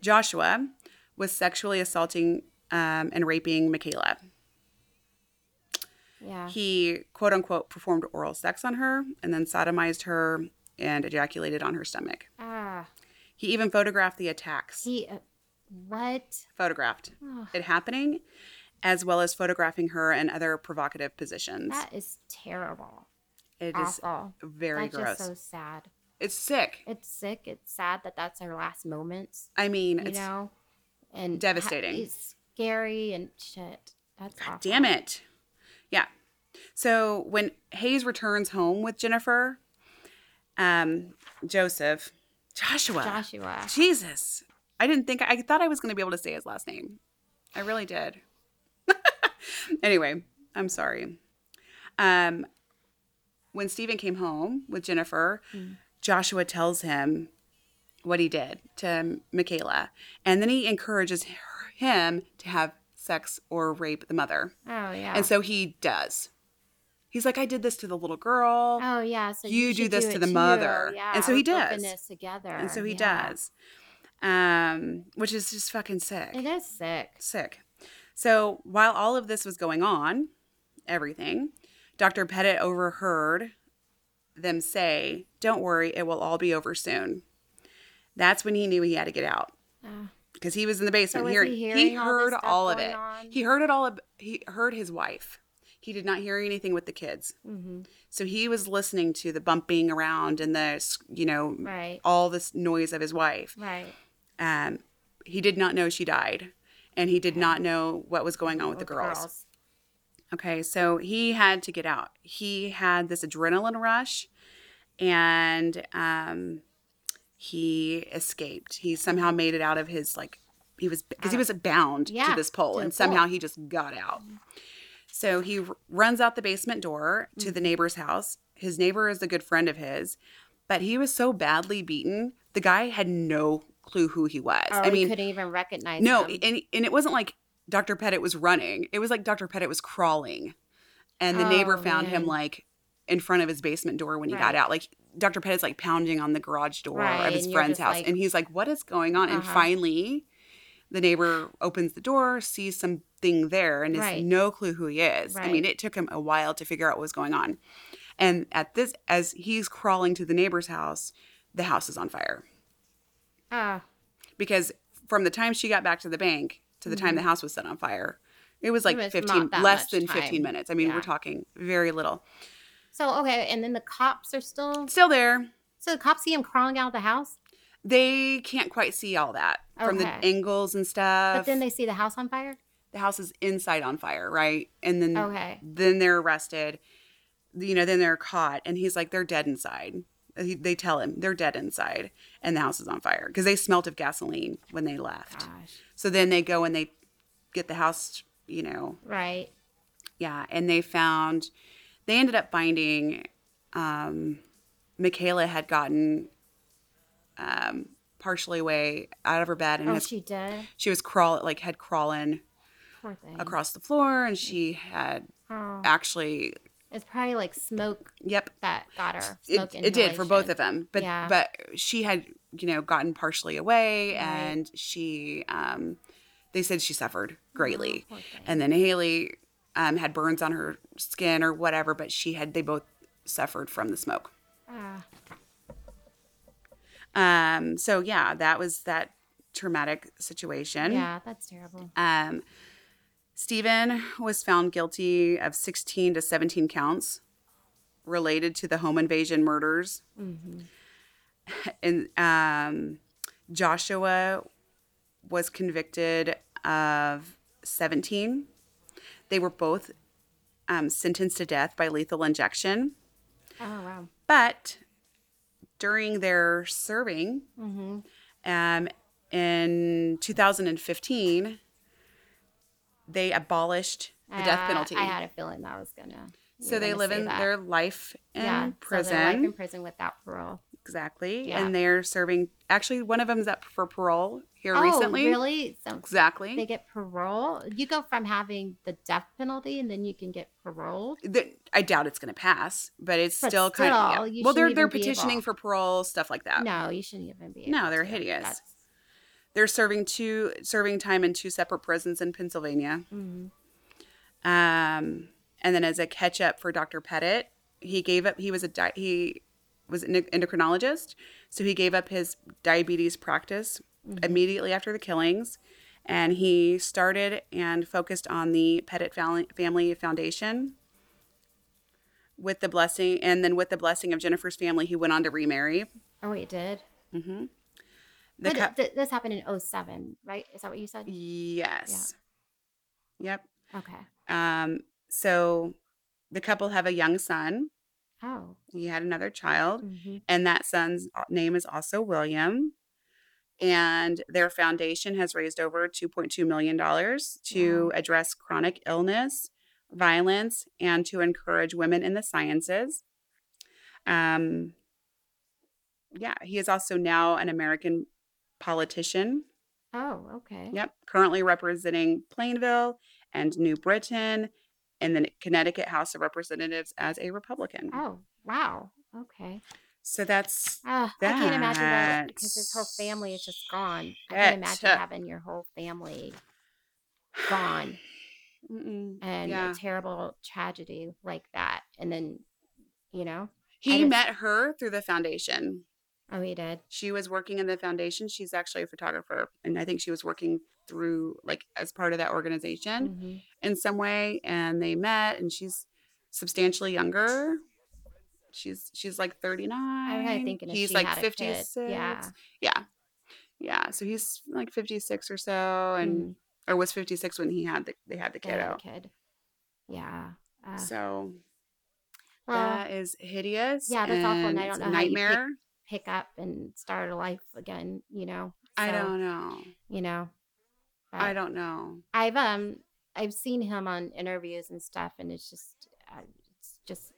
Speaker 1: Joshua was sexually assaulting um, and raping Michaela.
Speaker 2: Yeah.
Speaker 1: He, quote unquote, performed oral sex on her and then sodomized her and ejaculated on her stomach.
Speaker 2: ah.
Speaker 1: He even photographed the attacks.
Speaker 2: He. Uh, what?
Speaker 1: photographed
Speaker 2: Ugh.
Speaker 1: it happening, as well as photographing her in other provocative positions.
Speaker 2: That is terrible.
Speaker 1: it is
Speaker 2: Awful.
Speaker 1: very
Speaker 2: that's
Speaker 1: gross.
Speaker 2: just so sad.
Speaker 1: it's sick.
Speaker 2: It's sick. It's sad that that's our last moments.
Speaker 1: I mean,
Speaker 2: You
Speaker 1: it's
Speaker 2: know, and ha-
Speaker 1: devastating.
Speaker 2: it's scary and shit. That's awful.
Speaker 1: damn it. Yeah. So when Hayes returns home with Jennifer, um, Joseph, Joshua,
Speaker 2: Joshua.
Speaker 1: Jesus, I didn't think I thought I was going to be able to say his last name. I really did. anyway, I'm sorry. Um, when Stephen came home with Jennifer, Joshua tells him what he did to Michaela, and then he encourages her- him to have sex or rape the mother.
Speaker 2: Oh yeah.
Speaker 1: And so he does. He's like, I did this to the little girl.
Speaker 2: oh yeah. So
Speaker 1: you do
Speaker 2: should
Speaker 1: this to the
Speaker 2: it
Speaker 1: mother.
Speaker 2: Yeah.
Speaker 1: And so he
Speaker 2: we're
Speaker 1: does.
Speaker 2: flipping This together.
Speaker 1: and so he
Speaker 2: Yeah.
Speaker 1: does. Um, which is just fucking sick.
Speaker 2: It is sick.
Speaker 1: Sick. So while all of this was going on, everything, Dr. Pettit overheard them say, Don't worry, it will all be over soon. That's when he knew he had to get out
Speaker 2: Ah.
Speaker 1: because he was in the basement.
Speaker 2: was
Speaker 1: hearing-
Speaker 2: he
Speaker 1: he,
Speaker 2: hearing all this
Speaker 1: heard
Speaker 2: stuff
Speaker 1: all, of
Speaker 2: going
Speaker 1: it.
Speaker 2: on?
Speaker 1: He heard it all. Ab- he heard his wife. He did not hear anything with the kids.
Speaker 2: Mhm.
Speaker 1: So he was listening to the bumping around and the, s- you know,
Speaker 2: Right.
Speaker 1: all this noise of his wife.
Speaker 2: Right.
Speaker 1: Um, he did not know she died, and he did not know what was going on with the girls. Okay, so he had to get out. He had this adrenaline rush, and um, he escaped. He somehow made it out of his like he was because he was bound
Speaker 2: Yeah,
Speaker 1: to this pole,
Speaker 2: to the
Speaker 1: and somehow
Speaker 2: pole.
Speaker 1: he just got out. So he r- runs out the basement door to
Speaker 2: Mm.
Speaker 1: the neighbor's house. His neighbor is a good friend of his, but he was so badly beaten, the guy had no clue who he was.
Speaker 2: Oh,
Speaker 1: I mean,
Speaker 2: couldn't even recognize.
Speaker 1: no,
Speaker 2: him.
Speaker 1: and and it wasn't like Dr. Pettit was running. It was like Dr. Pettit was crawling, and the neighbor
Speaker 2: Oh,
Speaker 1: found him
Speaker 2: man.
Speaker 1: like in front of his basement door when he got
Speaker 2: Right.
Speaker 1: out. Like Dr. Pettit's like pounding on the garage door
Speaker 2: Right,
Speaker 1: of his
Speaker 2: and you're
Speaker 1: friend's
Speaker 2: just
Speaker 1: house,
Speaker 2: like-
Speaker 1: and he's like, "What is going on?" And
Speaker 2: Uh-huh.
Speaker 1: finally, the neighbor opens the door, sees something there, and has
Speaker 2: Right.
Speaker 1: no clue who he is. I mean,
Speaker 2: Right.
Speaker 1: it took him a while to figure out what was going on. And at this, as he's crawling to the neighbor's house, the house is on fire
Speaker 2: Ah.
Speaker 1: because from the time she got back to the bank to the time the house was set on fire it was like
Speaker 2: Mm-hmm. was
Speaker 1: 15
Speaker 2: not that
Speaker 1: less
Speaker 2: much
Speaker 1: than 15
Speaker 2: time.
Speaker 1: minutes i mean
Speaker 2: Yeah.
Speaker 1: we're talking very little
Speaker 2: so okay, and then the cops are still.
Speaker 1: still there
Speaker 2: So the cops see him crawling out of the house,
Speaker 1: they can't quite see all that from the
Speaker 2: Okay.
Speaker 1: angles and stuff
Speaker 2: but then they see the house on fire.
Speaker 1: the house is inside on fire right and then
Speaker 2: Okay.
Speaker 1: then they're arrested you know then they're caught and he's like they're dead inside He- they tell him they're dead inside and the house is on fire because they smelt of gasoline when they left
Speaker 2: Gosh.
Speaker 1: so then they go and they get the house you know
Speaker 2: Right.
Speaker 1: Yeah, and they found they ended up finding um, Michaela had gotten um, partially away out of her bed and
Speaker 2: Oh,
Speaker 1: was- she-,
Speaker 2: she did.
Speaker 1: was crawl like had crawlen
Speaker 2: Poor thing.
Speaker 1: across the floor and she had
Speaker 2: Oh.
Speaker 1: actually
Speaker 2: It's probably like smoke
Speaker 1: yep
Speaker 2: that got her.
Speaker 1: it,
Speaker 2: Smoke
Speaker 1: it did for both
Speaker 2: inhalation.
Speaker 1: of them but
Speaker 2: Yeah.
Speaker 1: but she had you know gotten partially away
Speaker 2: Right.
Speaker 1: and she um they said she suffered greatly
Speaker 2: Oh, poor thing.
Speaker 1: and then haley um, had burns on her skin or whatever but she had they both suffered from the smoke
Speaker 2: Ah,
Speaker 1: um so yeah that was that traumatic situation
Speaker 2: yeah, that's terrible.
Speaker 1: um stephen was found guilty of 16 to 17 counts related to the home invasion murders
Speaker 2: hmm
Speaker 1: and um, Joshua was convicted of 17. They were both um, sentenced to death by lethal injection,
Speaker 2: Oh wow.
Speaker 1: but during their serving
Speaker 2: hmm
Speaker 1: um, in 2015, they abolished
Speaker 2: I-
Speaker 1: death penalty.
Speaker 2: Ah, I had a feeling that was gonna. you
Speaker 1: So
Speaker 2: were
Speaker 1: they
Speaker 2: gonna
Speaker 1: live
Speaker 2: say
Speaker 1: in
Speaker 2: that.
Speaker 1: their life in
Speaker 2: so
Speaker 1: prison.
Speaker 2: they're life in prison without parole.
Speaker 1: exactly.
Speaker 2: Yeah.
Speaker 1: And they're serving actually one of them's up for parole here
Speaker 2: oh,
Speaker 1: recently.
Speaker 2: really? So
Speaker 1: Exactly.
Speaker 2: they get parole. You go from having the death penalty, and then you can get paroled.
Speaker 1: Th- I doubt it's going to pass, but it's
Speaker 2: But
Speaker 1: still, kind
Speaker 2: still,
Speaker 1: of yeah.
Speaker 2: you
Speaker 1: well. They're
Speaker 2: shouldn't
Speaker 1: they're
Speaker 2: even be
Speaker 1: petitioning
Speaker 2: able-
Speaker 1: for parole, stuff like that.
Speaker 2: No, you shouldn't even be.
Speaker 1: Uh, No,
Speaker 2: able
Speaker 1: they're
Speaker 2: to.
Speaker 1: hideous.
Speaker 2: That's-
Speaker 1: They're serving two serving time in two separate prisons in Pennsylvania.
Speaker 2: mhm.
Speaker 1: Um, and then as a catch up for Dr. Pettit, he gave up. He was a di- he was an endocrinologist, so he gave up his diabetes practice
Speaker 2: Mm-hmm.
Speaker 1: immediately after the killings, and he started and focused on the Pettit Fal- Family Foundation. With the blessing, and then with the blessing of Jennifer's family, he went on to remarry.
Speaker 2: Oh, wait, it did.
Speaker 1: Mm-hmm.
Speaker 2: But it- th- this happened in 07, right? Is that what you said?
Speaker 1: yes, yep.
Speaker 2: Okay.
Speaker 1: Um, so the couple have a young son.
Speaker 2: Oh.
Speaker 1: He had another child,
Speaker 2: mhm.
Speaker 1: and that son's a- name is also William. And their foundation has raised over $2.2 million to
Speaker 2: Wow.
Speaker 1: address chronic illness, violence, and to encourage women in the sciences. Um, yeah, he is also now an American politician.
Speaker 2: Oh, okay.
Speaker 1: Yep. Currently representing Plainville and New Britain and the Connecticut House of Representatives as a Republican.
Speaker 2: Oh, wow. Okay.
Speaker 1: So that's
Speaker 2: Ah, I can't imagine that because his whole
Speaker 1: That's-
Speaker 2: family is just gone. I can't
Speaker 1: Shit.
Speaker 2: imagine having your whole family gone
Speaker 1: Mm-mm.
Speaker 2: and
Speaker 1: Yeah.
Speaker 2: a terrible tragedy like that. And then, you know,
Speaker 1: He
Speaker 2: it's-
Speaker 1: met her through the foundation.
Speaker 2: oh, he did.
Speaker 1: She was working in the foundation. She's actually a photographer. And I think she was working through, like, as part of that organization
Speaker 2: Mhm.
Speaker 1: in some way. And they met, and she's substantially younger. She's she's like 39.
Speaker 2: I was thinking if
Speaker 1: he's
Speaker 2: she
Speaker 1: like
Speaker 2: had a kid,
Speaker 1: 56.
Speaker 2: Yeah.
Speaker 1: Yeah. Yeah. So he's like 56 or so and
Speaker 2: mhm,
Speaker 1: or was 56 when he had the they had the
Speaker 2: they had
Speaker 1: kiddo.
Speaker 2: a kid. Yeah. Uh,
Speaker 1: So
Speaker 2: well,
Speaker 1: that is hideous.
Speaker 2: yeah, that's awful, and I
Speaker 1: it's
Speaker 2: don't
Speaker 1: a
Speaker 2: know how you pick-
Speaker 1: nightmare.
Speaker 2: pick up and start a life again, you know.
Speaker 1: I
Speaker 2: So,
Speaker 1: don't know.
Speaker 2: you know.
Speaker 1: I
Speaker 2: but
Speaker 1: don't know.
Speaker 2: I've um I've seen him on interviews and stuff and it's just uh, it's just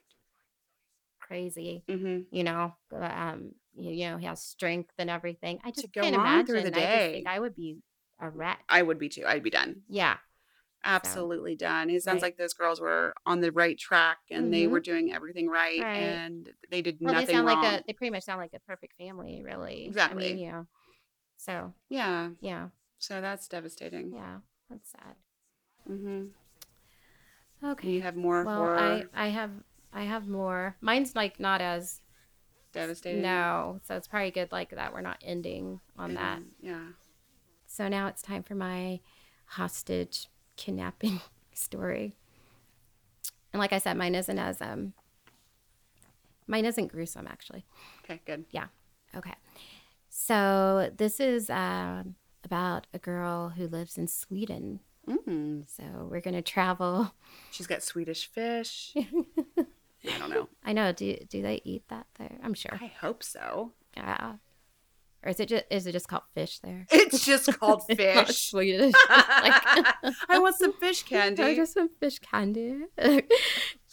Speaker 2: crazy,
Speaker 1: hmm
Speaker 2: you know. uh, Um you, you know, he has strength and everything. I just
Speaker 1: go
Speaker 2: can't
Speaker 1: on
Speaker 2: imagine
Speaker 1: through the
Speaker 2: I just think
Speaker 1: day.
Speaker 2: I would be a wreck.
Speaker 1: I would be too. I'd be done.
Speaker 2: yeah.
Speaker 1: Absolutely done. It sounds
Speaker 2: Right. Mm-hmm.
Speaker 1: like those girls were on the right track and they were doing everything right,
Speaker 2: Right.
Speaker 1: and they did
Speaker 2: Well,
Speaker 1: nothing
Speaker 2: they sound
Speaker 1: wrong.
Speaker 2: like a they pretty much sound like a perfect family, really. I
Speaker 1: Exactly.
Speaker 2: mean, you know. So,
Speaker 1: yeah.
Speaker 2: yeah.
Speaker 1: So that's devastating.
Speaker 2: Yeah. That's sad.
Speaker 1: hmm
Speaker 2: Okay.
Speaker 1: You have more
Speaker 2: well,
Speaker 1: horror
Speaker 2: I I have I have more. Mine's like not as
Speaker 1: devastating.
Speaker 2: No, so it's probably good like that. We're not ending on that.
Speaker 1: Mhm. Yeah.
Speaker 2: So now it's time for my hostage kidnapping story. And like I said, mine isn't as um mine isn't gruesome actually.
Speaker 1: Okay. Good.
Speaker 2: Okay. So this is um about a girl who lives in Sweden.
Speaker 1: Mm.
Speaker 2: So we're gonna travel.
Speaker 1: She's got Swedish fish. I don't know.
Speaker 2: I know. Do do they eat that there? I'm sure.
Speaker 1: I hope so.
Speaker 2: Yeah. Or is it just is it just called fish there?
Speaker 1: It's just called
Speaker 2: It's not
Speaker 1: fish.
Speaker 2: Swedish.
Speaker 1: I want some fish candy.
Speaker 2: I just some fish candy.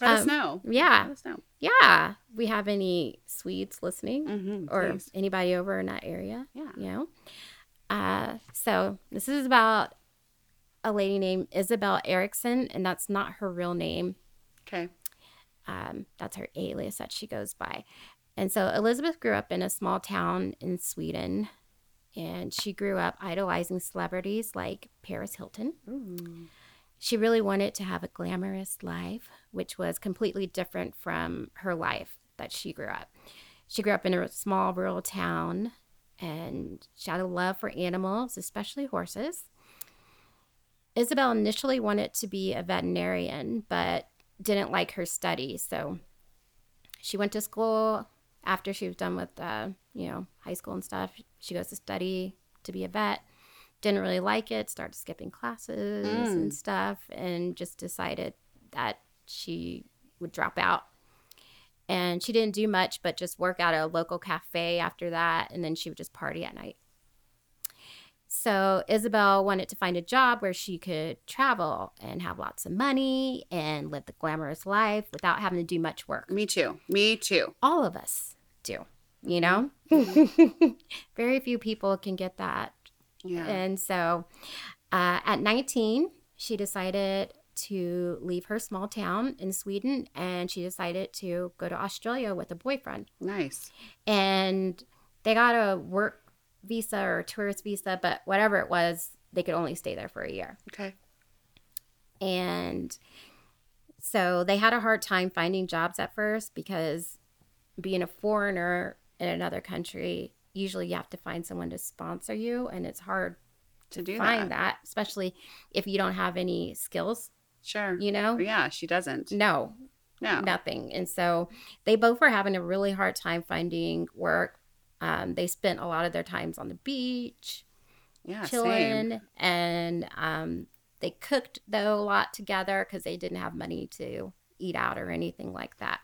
Speaker 1: Let us
Speaker 2: um,
Speaker 1: know. Let
Speaker 2: yeah,
Speaker 1: us know.
Speaker 2: yeah. We have any Swedes listening
Speaker 1: Mm-hmm,
Speaker 2: or anybody over in that area?
Speaker 1: Yeah.
Speaker 2: you know. Uh, so this is about a lady named Isabel Erickson, and that's not her real name.
Speaker 1: Okay.
Speaker 2: Um, that's her alias that she goes by. And so Elizabeth grew up in a small town in Sweden, and she grew up idolizing celebrities like Paris Hilton. She really wanted to have a glamorous life, which was completely different from her life that she grew up. She grew up in a small rural town and she had a love for animals, especially horses. Isabel initially wanted to be a veterinarian, but didn't like her study. So she went to school after she was done with, uh, you know, high school and stuff. She goes to study to be a vet. Didn't really like it, started skipping classes and stuff, and just decided that she would drop out. And she didn't do much, but just work at a local cafe after that. And then she would just party at night. So Isabel wanted to find a job where she could travel and have lots of money and live the glamorous life without having to do much work.
Speaker 1: Me too. Me too.
Speaker 2: All of us do, you know? Very few people can get that.
Speaker 1: Yeah.
Speaker 2: And so uh, at 19, she decided to leave her small town in Sweden and she decided to go to Australia with a boyfriend
Speaker 1: Nice.
Speaker 2: and they got a work visa or tourist visa, but whatever it was, they could only stay there for a year.
Speaker 1: Okay.
Speaker 2: And so they had a hard time finding jobs at first because being a foreigner in another country, usually you have to find someone to sponsor you, and it's hard
Speaker 1: To do
Speaker 2: to find
Speaker 1: that.
Speaker 2: that, especially if you don't have any skills,
Speaker 1: Sure.
Speaker 2: you know?
Speaker 1: Yeah, she doesn't.
Speaker 2: No,
Speaker 1: No.
Speaker 2: nothing. And so they both were having a really hard time finding work. Um, they spent a lot of their times on the beach,
Speaker 1: Yeah, same.
Speaker 2: chilling, and um, they cooked though a lot together because they didn't have money to eat out or anything like that.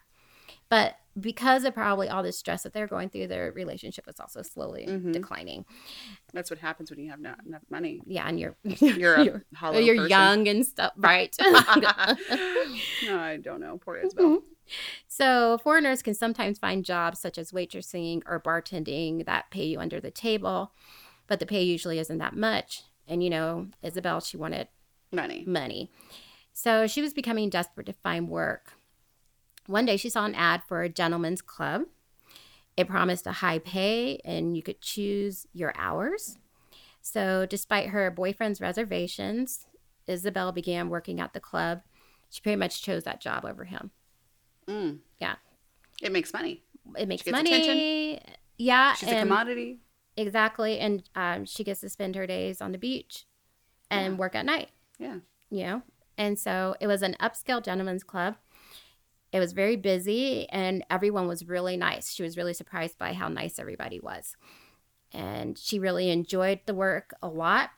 Speaker 2: But because of probably all the stress that they're going through, their relationship was also slowly
Speaker 1: Mhm.
Speaker 2: declining.
Speaker 1: That's what happens when you have not enough money.
Speaker 2: Yeah, and you're
Speaker 1: You're a hollow
Speaker 2: Oh, you're
Speaker 1: person.
Speaker 2: young and stuff, right?
Speaker 1: no, I don't know. Poor Isabel.
Speaker 2: Mm-hmm. So, foreigners can sometimes find jobs such as waitressing or bartending that pay you under the table, but the pay usually isn't that much. And, you know, Isabel, she wanted
Speaker 1: Money.
Speaker 2: money. So, she was becoming desperate to find work. One day, she saw an ad for a gentleman's club. It promised a high pay and you could choose your hours. So, despite her boyfriend's reservations, Isabel began working at the club. She pretty much chose that job over him.
Speaker 1: Mm.
Speaker 2: Mm-hmm. Yeah.
Speaker 1: It makes money.
Speaker 2: it makes
Speaker 1: gets
Speaker 2: money.
Speaker 1: attention.
Speaker 2: Yeah,
Speaker 1: She's a
Speaker 2: and-
Speaker 1: commodity.
Speaker 2: exactly, and um, she gets to spend her days on the beach and
Speaker 1: Yeah.
Speaker 2: work at night.
Speaker 1: Yeah.
Speaker 2: you know, and so it was an upscale gentlemen's club. It was very busy, and everyone was really nice. She was really surprised by how nice everybody was, and she really enjoyed the work a lot.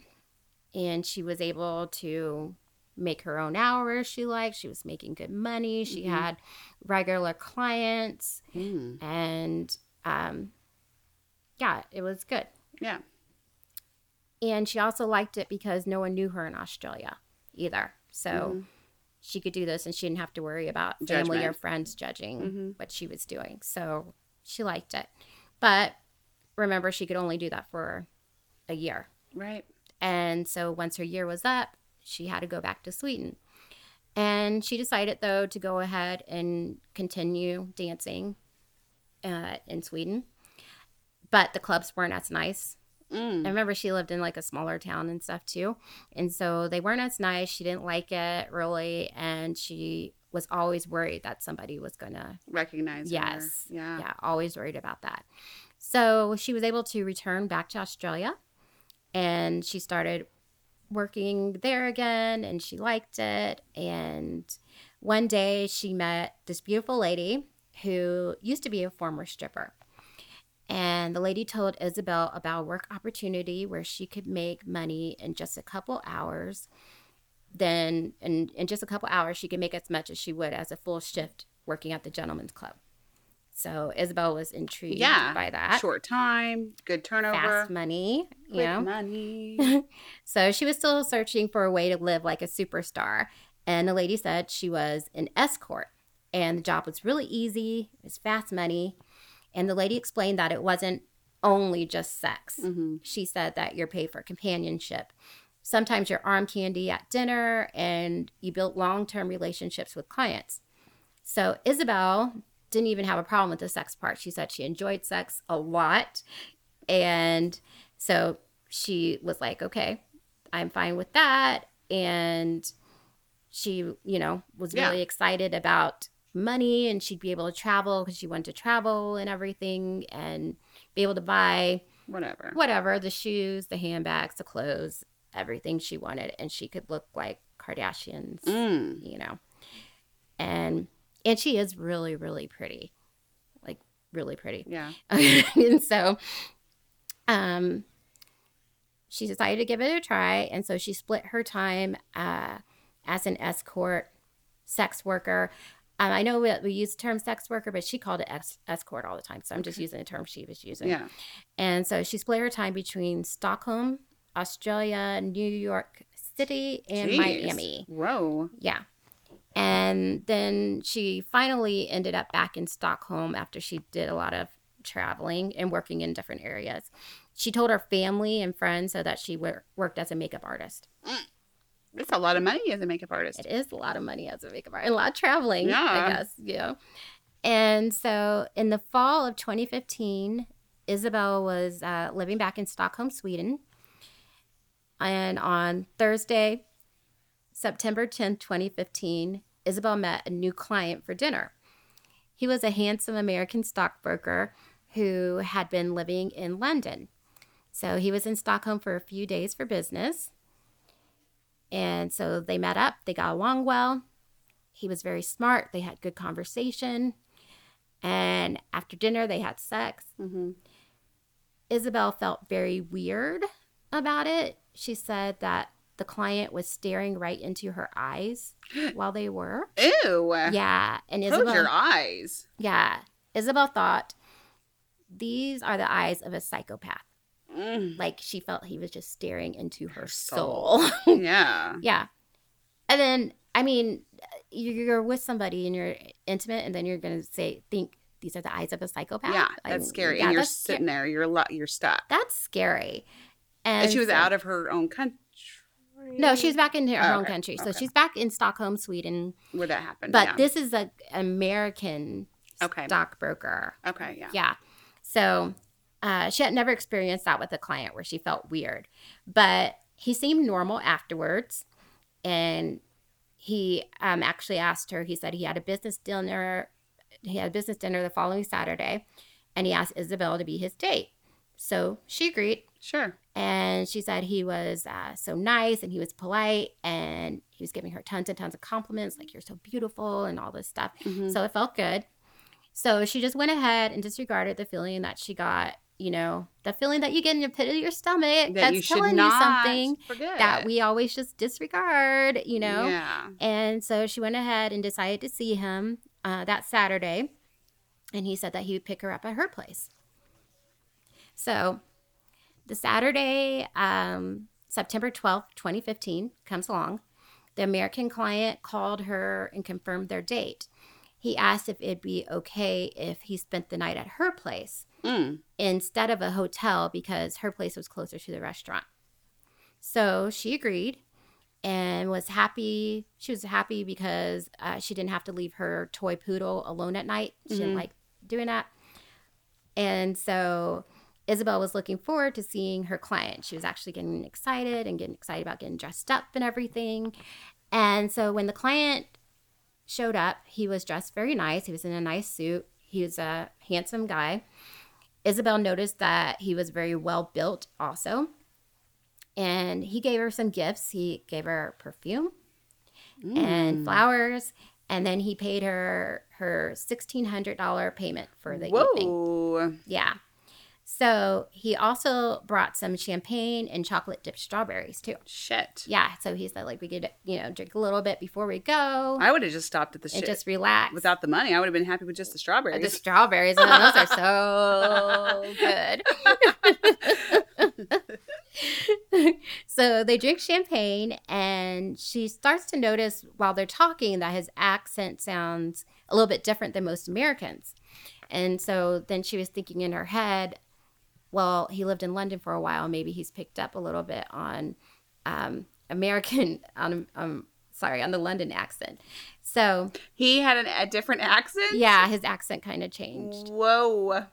Speaker 2: And she was able to make her own hours she liked. She was making good money. She
Speaker 1: Mhm.
Speaker 2: had regular clients
Speaker 1: Mm.
Speaker 2: and um, yeah, it was good.
Speaker 1: Yeah.
Speaker 2: And she also liked it because no one knew her in Australia either, so she could do this and she didn't have to worry about family or
Speaker 1: Mm-hmm. Judgment.
Speaker 2: friends judging
Speaker 1: Mhm.
Speaker 2: what she was doing. So she liked it, but remember, she could only do that for a year.
Speaker 1: Right.
Speaker 2: And so once her year was up, she had to go back to Sweden. And she decided, though, to go ahead and continue dancing uh, in Sweden. But the clubs weren't as nice. I
Speaker 1: Mm.
Speaker 2: remember she lived in like a smaller town and stuff too. And so they weren't as nice. She didn't like it really. And she was always worried that somebody was going to
Speaker 1: Recognize.
Speaker 2: Yes.
Speaker 1: Her. Yeah.
Speaker 2: yeah, always worried about that. So she was able to return back to Australia and she started working there again and she liked it. And one day she met this beautiful lady who used to be a former stripper. And the lady told Isabel about a work opportunity where she could make money in just a couple hours. Then, in, in just a couple hours, she could make as much as she would as a full shift working at the gentleman's club. So Isabel was intrigued
Speaker 1: Yeah,
Speaker 2: by that.
Speaker 1: Short time. Good turnover.
Speaker 2: Fast money, you
Speaker 1: quick
Speaker 2: know.
Speaker 1: money.
Speaker 2: So she was still searching for a way to live like a superstar. And the lady said she was an escort. And the job was really easy, it was fast money. And the lady explained that it wasn't only just sex.
Speaker 1: hmm
Speaker 2: She said that you're paid for companionship. Sometimes you're arm candy at dinner, and you built long term relationships with clients. So Isabel didn't even have a problem with the sex part. She said she enjoyed sex a lot. And so she was like, okay, I'm fine with that. And she, you know, was
Speaker 1: Yeah.
Speaker 2: really excited about money and she'd be able to travel because she wanted to travel and everything and be able to buy
Speaker 1: Whatever.
Speaker 2: whatever the shoes, the handbags, the clothes, everything she wanted. And she could look like Kardashians
Speaker 1: Mm.
Speaker 2: you know and and she is really really pretty like really pretty
Speaker 1: Yeah.
Speaker 2: and so um she decided to give it a try and so she split her time uh as an escort sex worker um, I know we, we use the term sex worker, but she called it es- escort all the time. So I'm just using the term she was using.
Speaker 1: Yeah.
Speaker 2: And so she split her time between Stockholm, Australia, New York City, and
Speaker 1: Jeez.
Speaker 2: Miami.
Speaker 1: Whoa.
Speaker 2: Yeah. And then she finally ended up back in Stockholm after she did a lot of traveling and working in different areas. She told her family and friends so that she wor- worked as a makeup artist.
Speaker 1: That's a lot of money as a makeup artist.
Speaker 2: It is a lot of money as a makeup artist, a lot of traveling,
Speaker 1: Yeah.
Speaker 2: I guess. Yeah. And so in the fall of 2015, Isabel was uh, living back in Stockholm, Sweden. And on Thursday, September 10th, 2015, Isabel met a new client for dinner. He was a handsome American stockbroker who had been living in London. So he was in Stockholm for a few days for business. And so they met up, they got along well. He was very smart, they had good conversation. And after dinner, they had sex.
Speaker 1: Mm-hmm.
Speaker 2: Isabel felt very weird about it. She said that the client was staring right into her eyes while they were.
Speaker 1: Ew.
Speaker 2: Yeah, and
Speaker 1: Close
Speaker 2: Isabel
Speaker 1: your eyes.
Speaker 2: Yeah, Isabel thought these are the eyes of a psychopath.
Speaker 1: Mm.
Speaker 2: Like she felt he was just staring into her
Speaker 1: soul.
Speaker 2: soul.
Speaker 1: yeah.
Speaker 2: yeah. And then I mean, you- you're with somebody and you're intimate and then you're going to say think these are the eyes of a psychopath.
Speaker 1: Yeah.
Speaker 2: I
Speaker 1: That's
Speaker 2: mean,
Speaker 1: scary.
Speaker 2: yeah,
Speaker 1: and you're
Speaker 2: that's sca-
Speaker 1: sitting there. You're lo- you're stuck.
Speaker 2: That's scary. And,
Speaker 1: And, she was
Speaker 2: so-
Speaker 1: out of her own country.
Speaker 2: No, she was back in her
Speaker 1: Oh,
Speaker 2: own
Speaker 1: okay,
Speaker 2: country. So
Speaker 1: okay.
Speaker 2: she's back in Stockholm, Sweden.
Speaker 1: where that happened.
Speaker 2: But
Speaker 1: yeah.
Speaker 2: this is a American
Speaker 1: Okay.
Speaker 2: stockbroker.
Speaker 1: Okay. Yeah.
Speaker 2: Yeah. So uh, she had never experienced that with a client where she felt weird, but he seemed normal afterwards. And he um, actually asked her, he said he had a business dinner. He had a business dinner the following Saturday, and he asked Isabel to be his date. So she agreed.
Speaker 1: Sure.
Speaker 2: And she said he was uh, so nice and he was polite and he was giving her tons and tons of compliments, like, you're so beautiful and all this stuff.
Speaker 1: Mhm.
Speaker 2: So it felt good. So she just went ahead and disregarded the feeling that she got, you know, the feeling that you get in the pit of your
Speaker 1: That
Speaker 2: stomach that's
Speaker 1: you should
Speaker 2: telling
Speaker 1: not
Speaker 2: you something
Speaker 1: forget.
Speaker 2: that we always just disregard, you know?
Speaker 1: Yeah.
Speaker 2: And so she went ahead and decided to see him uh, that Saturday. And he said that he would pick her up at her place. So the Saturday, um, September 12th, 2015, comes along. The American client called her and confirmed their date. He asked if it'd be okay if he spent the night at her place
Speaker 1: Mm.
Speaker 2: instead of a hotel because her place was closer to the restaurant. So she agreed and was happy. She was happy because uh, she didn't have to leave her toy poodle alone at night. She
Speaker 1: Mhm.
Speaker 2: didn't like doing that. And so Isabel was looking forward to seeing her client. She was actually getting excited and getting excited about getting dressed up and everything. And so when the client showed up, he was dressed very nice. He was in a nice suit. He was a handsome guy. Isabel noticed that he was very well built also. And he gave her some gifts. He gave her perfume
Speaker 1: Hmm. Mm.
Speaker 2: and flowers. And then he paid her her $1,600 payment for the evening.
Speaker 1: Whoa.
Speaker 2: Yeah. So he also brought some champagne and chocolate dipped strawberries too.
Speaker 1: Shit.
Speaker 2: Yeah. So he said like we could you know drink a little bit before we go
Speaker 1: I would have just stopped at the
Speaker 2: and
Speaker 1: shit.
Speaker 2: just relax.
Speaker 1: Without the money, I would have been happy with just the strawberries.
Speaker 2: the strawberries, oh, those are so good. so they drink champagne, and she starts to notice while they're talking that his accent sounds a little bit different than most Americans. And so then she was thinking in her head, well, he lived in London for a while. Maybe he's picked up a little bit on um, American, on, um, sorry, on the London accent. So
Speaker 1: he had an, a different accent.
Speaker 2: yeah, his accent kind of changed.
Speaker 1: Whoa.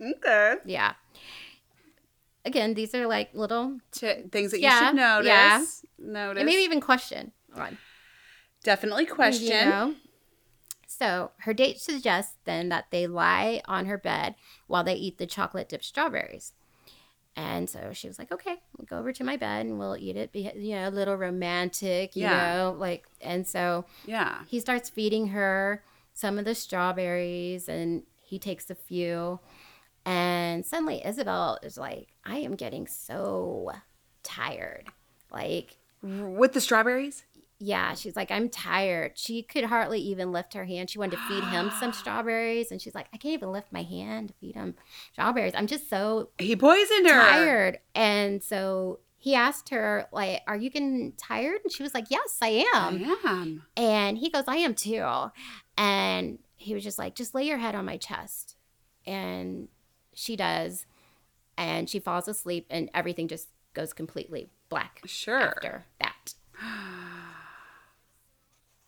Speaker 1: Okay.
Speaker 2: Yeah. Again, these are like little,
Speaker 1: Ch- things that you
Speaker 2: Yeah,
Speaker 1: should notice.
Speaker 2: yeah.
Speaker 1: Notice.
Speaker 2: and maybe even question on.
Speaker 1: Definitely question.
Speaker 2: You know? So her date suggests then that they lie on her bed while they eat the chocolate dipped strawberries. And so she was like, okay, we'll go over to my bed and we'll eat it. Be, you know, a little romantic, you
Speaker 1: Yeah.
Speaker 2: know, like, and so
Speaker 1: Yeah.
Speaker 2: he starts feeding her some of the strawberries and he takes a few and suddenly isabel is like i am getting so tired like
Speaker 1: With the strawberries?
Speaker 2: yeah she's like i'm tired she could hardly even lift her hand she wanted to feed him some strawberries and she's like i can't even lift my hand to feed him strawberries i'm just so
Speaker 1: He poisoned her.
Speaker 2: tired and so he asked her, like, are you getting tired? And she was like, yes, I am.
Speaker 1: I am.
Speaker 2: And he goes, I am too. And he was just like, just lay your head on my chest. And she does. And she falls asleep, and everything just goes completely black
Speaker 1: Sure.
Speaker 2: after that.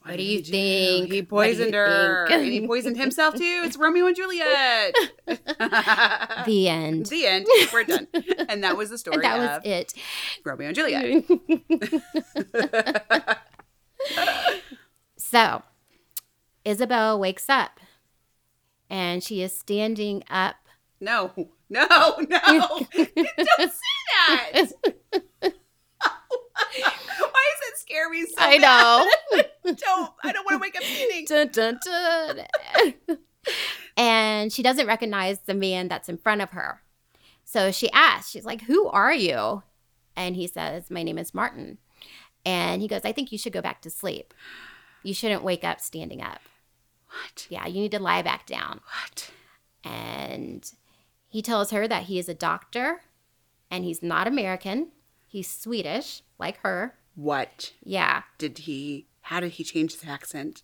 Speaker 1: What
Speaker 2: do
Speaker 1: did
Speaker 2: you
Speaker 1: do?
Speaker 2: think?
Speaker 1: He
Speaker 2: What do you
Speaker 1: poisoned her.
Speaker 2: think?
Speaker 1: and he poisoned himself too. It's Romeo and Juliet. the,
Speaker 2: Uh, The end.
Speaker 1: end. We're done. And that was the story
Speaker 2: and that was
Speaker 1: of
Speaker 2: it.
Speaker 1: Romeo and Juliet.
Speaker 2: so Isabel wakes up and she is standing up.
Speaker 1: No, no, no. Don't say that. Why does it scare me so
Speaker 2: I
Speaker 1: bad?
Speaker 2: know.
Speaker 1: Don't. I don't want to wake up eating.
Speaker 2: Dun, dun, dun. and she doesn't recognize the man that's in front of her. So she asks, she's like, Who are you? And he says, My name is Martin. And he goes, I think you should go back to sleep. You shouldn't wake up standing up.
Speaker 1: What?
Speaker 2: Yeah, you need to lie back down.
Speaker 1: What?
Speaker 2: And he tells her that he is a doctor and he's not American. He's Swedish, like her.
Speaker 1: What
Speaker 2: Yeah,
Speaker 1: did he? How did he change his accent?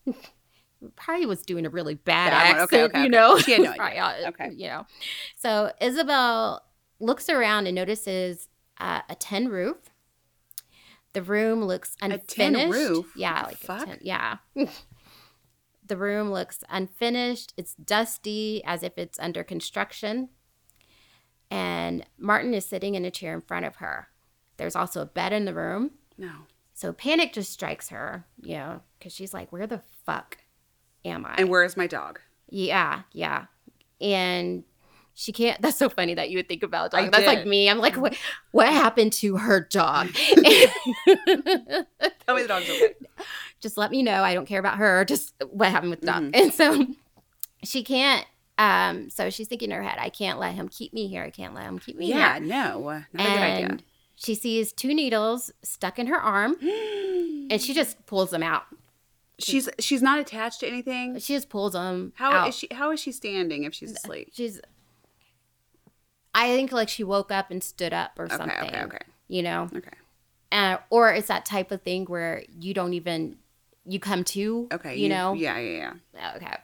Speaker 2: probably was doing a really bad
Speaker 1: Bad one.
Speaker 2: accent,
Speaker 1: Okay, okay, okay.
Speaker 2: you know.
Speaker 1: She had no idea.
Speaker 2: Probably, uh,
Speaker 1: Okay.
Speaker 2: you know. So Isabel looks around and notices uh, a tin roof. The room looks
Speaker 1: tin
Speaker 2: unfinished.
Speaker 1: roof?
Speaker 2: Yeah,
Speaker 1: What
Speaker 2: like
Speaker 1: the
Speaker 2: a
Speaker 1: fuck?
Speaker 2: tin- yeah. the room looks unfinished. It's dusty, as if it's under construction. And Martin is sitting in a chair in front of her. There's also a bed in the room.
Speaker 1: No.
Speaker 2: So panic just strikes her, you know, because she's like, where the fuck am I?
Speaker 1: And where is my dog?
Speaker 2: yeah, yeah. And she can't. That's so funny that you would think about a
Speaker 1: I
Speaker 2: dog. That's like
Speaker 1: did.
Speaker 2: me. I'm like, what, what happened to her dog?
Speaker 1: Tell me the dog's okay.
Speaker 2: just let me know. I don't care about her. Just what happened with the dog.
Speaker 1: Mm-hmm.
Speaker 2: And so she can't. Um, so she's thinking in her head, I can't let him keep me here. I can't let him keep me
Speaker 1: Yeah.
Speaker 2: here.
Speaker 1: No. uh, Not
Speaker 2: and she sees two needles stuck in her arm
Speaker 1: a good idea.
Speaker 2: and she just pulls them out.
Speaker 1: She's she's not attached to anything.
Speaker 2: She just pulls them
Speaker 1: How is
Speaker 2: out.
Speaker 1: she? How is she standing if she's asleep?
Speaker 2: She's. I think like she woke up and stood up or
Speaker 1: Okay,
Speaker 2: something.
Speaker 1: okay, okay,
Speaker 2: You know,
Speaker 1: okay,
Speaker 2: uh, or it's that type of thing where you don't even you come to.
Speaker 1: okay.
Speaker 2: You, know.
Speaker 1: Yeah, yeah, yeah.
Speaker 2: Okay.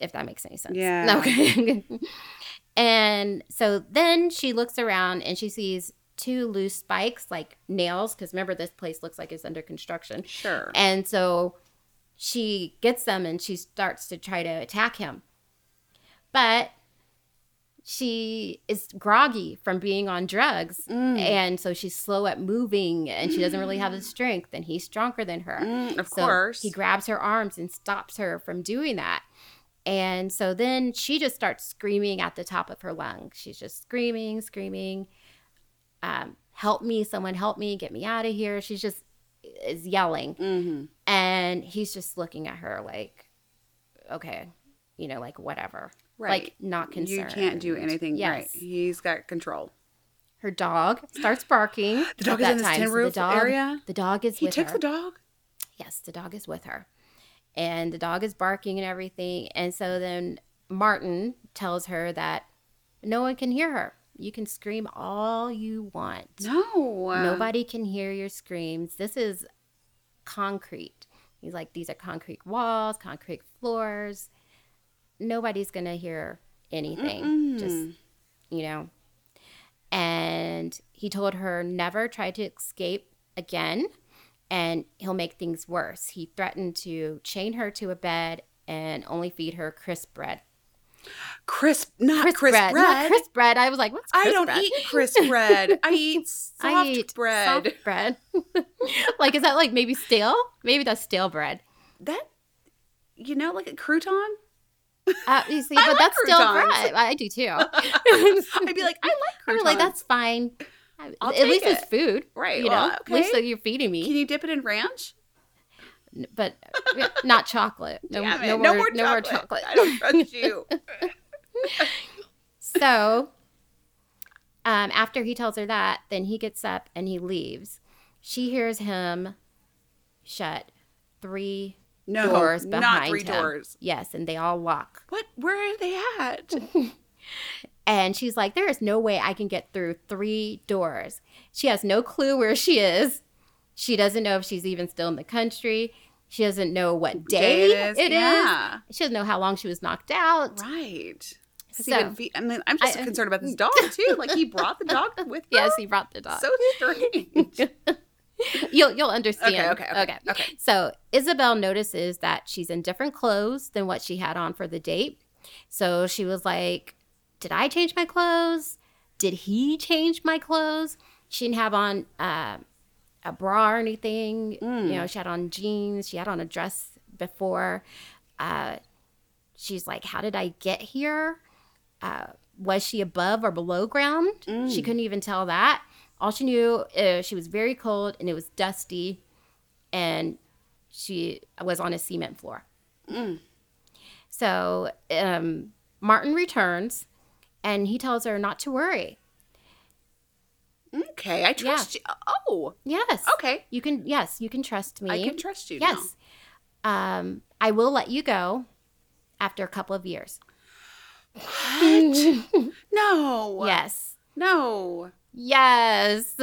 Speaker 2: If that makes any sense.
Speaker 1: Yeah.
Speaker 2: Okay. and so then she looks around and she sees two loose spikes like nails because remember this place looks like it's under construction
Speaker 1: Sure.
Speaker 2: and so she gets them and she starts to try to attack him. But she is groggy from being on drugs.
Speaker 1: Mm,
Speaker 2: And so she's slow at moving and she doesn't really have the strength. And he's stronger than her.
Speaker 1: mm, of
Speaker 2: So
Speaker 1: course.
Speaker 2: He grabs her arms and stops her from doing that. And so then she just starts screaming at the top of her lungs. She's just screaming, screaming, um, help me, someone help me, get me out of here. She's just is yelling.
Speaker 1: hmm
Speaker 2: And he's just looking at her like, okay, you know, like whatever.
Speaker 1: Right.
Speaker 2: Like not
Speaker 1: you
Speaker 2: concerned.
Speaker 1: can't do anything
Speaker 2: Yes.
Speaker 1: right. He's got control.
Speaker 2: Her dog starts barking.
Speaker 1: The dog
Speaker 2: at
Speaker 1: is in
Speaker 2: that
Speaker 1: this
Speaker 2: time.
Speaker 1: tin
Speaker 2: So
Speaker 1: roof
Speaker 2: the dog,
Speaker 1: area.
Speaker 2: The dog is
Speaker 1: He
Speaker 2: with
Speaker 1: took
Speaker 2: her.
Speaker 1: the dog.
Speaker 2: yes, the dog is with her. And the dog is barking and everything. And so then Martin tells her that no one can hear her. You can scream all you want.
Speaker 1: No. uh,
Speaker 2: Nobody can hear your screams. This is concrete. He's like, these are concrete walls, concrete floors. Nobody's going to hear anything. Just,
Speaker 1: mm-mm.
Speaker 2: you know. And he told her never try to escape again and he'll make things worse. He threatened to chain her to a bed and only feed her crisp bread.
Speaker 1: crisp, not crisp, bread.
Speaker 2: Not crisp bread. I was like, what's crisp
Speaker 1: I don't
Speaker 2: bread?
Speaker 1: eat crisp bread. I eat soft
Speaker 2: I eat
Speaker 1: bread.
Speaker 2: soft bread. like, is that like maybe stale? Maybe that's stale bread.
Speaker 1: That you know, like a crouton.
Speaker 2: Uh, you see,
Speaker 1: I
Speaker 2: but
Speaker 1: like
Speaker 2: that's stale
Speaker 1: croutons.
Speaker 2: bread. I do too.
Speaker 1: I'd be like, I like
Speaker 2: I'm
Speaker 1: croutons.
Speaker 2: like, that's fine.
Speaker 1: I'll
Speaker 2: At
Speaker 1: take
Speaker 2: least it's
Speaker 1: it.
Speaker 2: food.
Speaker 1: right.
Speaker 2: You
Speaker 1: well,
Speaker 2: know,
Speaker 1: okay.
Speaker 2: at least that you're feeding
Speaker 1: Can
Speaker 2: me,
Speaker 1: you dip it in ranch?
Speaker 2: but not chocolate. No,
Speaker 1: Damn it.
Speaker 2: no, more, no more chocolate.
Speaker 1: I don't trust you.
Speaker 2: So, um, after he tells her that, then he gets up and he leaves. She hears him shut three,
Speaker 1: No,
Speaker 2: Doors
Speaker 1: not
Speaker 2: behind
Speaker 1: three
Speaker 2: him.
Speaker 1: doors.
Speaker 2: yes, and they all walk.
Speaker 1: What? Where are they at?
Speaker 2: And she's like, There is no way I can get through three doors. She has no clue where she is. She doesn't know if she's even still in the country. She doesn't know what day, it is.
Speaker 1: yeah.
Speaker 2: She doesn't know how long she was knocked out.
Speaker 1: Right. Has
Speaker 2: So-
Speaker 1: he been fe- I mean, I'm just
Speaker 2: I- uh, mm.
Speaker 1: concerned about this dog too. Like he brought the dog with
Speaker 2: Yes,
Speaker 1: him.
Speaker 2: he brought the dog.
Speaker 1: So strange.
Speaker 2: you'll you'll understand.
Speaker 1: Okay, okay, okay, okay.
Speaker 2: So Isabel notices that she's in different clothes than what she had on for the date. So she was like, "Did I change my clothes? Did he change my clothes?" She didn't have on uh, a bra or anything.
Speaker 1: Mm.
Speaker 2: You know, she had on jeans. She had on a dress before. Uh, she's like, "How did I get here? Uh, was she above or below ground?" She
Speaker 1: Mm.
Speaker 2: couldn't even tell that. All she knew, uh, she was very cold and it was dusty, and she was on a cement floor.
Speaker 1: Mm.
Speaker 2: So um, Martin returns, and he tells her not to worry.
Speaker 1: Okay, I trust you. Oh,
Speaker 2: Yes.
Speaker 1: okay.
Speaker 2: You can. Yes, you can trust me.
Speaker 1: I can trust you. now.
Speaker 2: Yes. Um, I will let you go after a couple of years.
Speaker 1: What? no.
Speaker 2: Yes.
Speaker 1: No.
Speaker 2: Yes.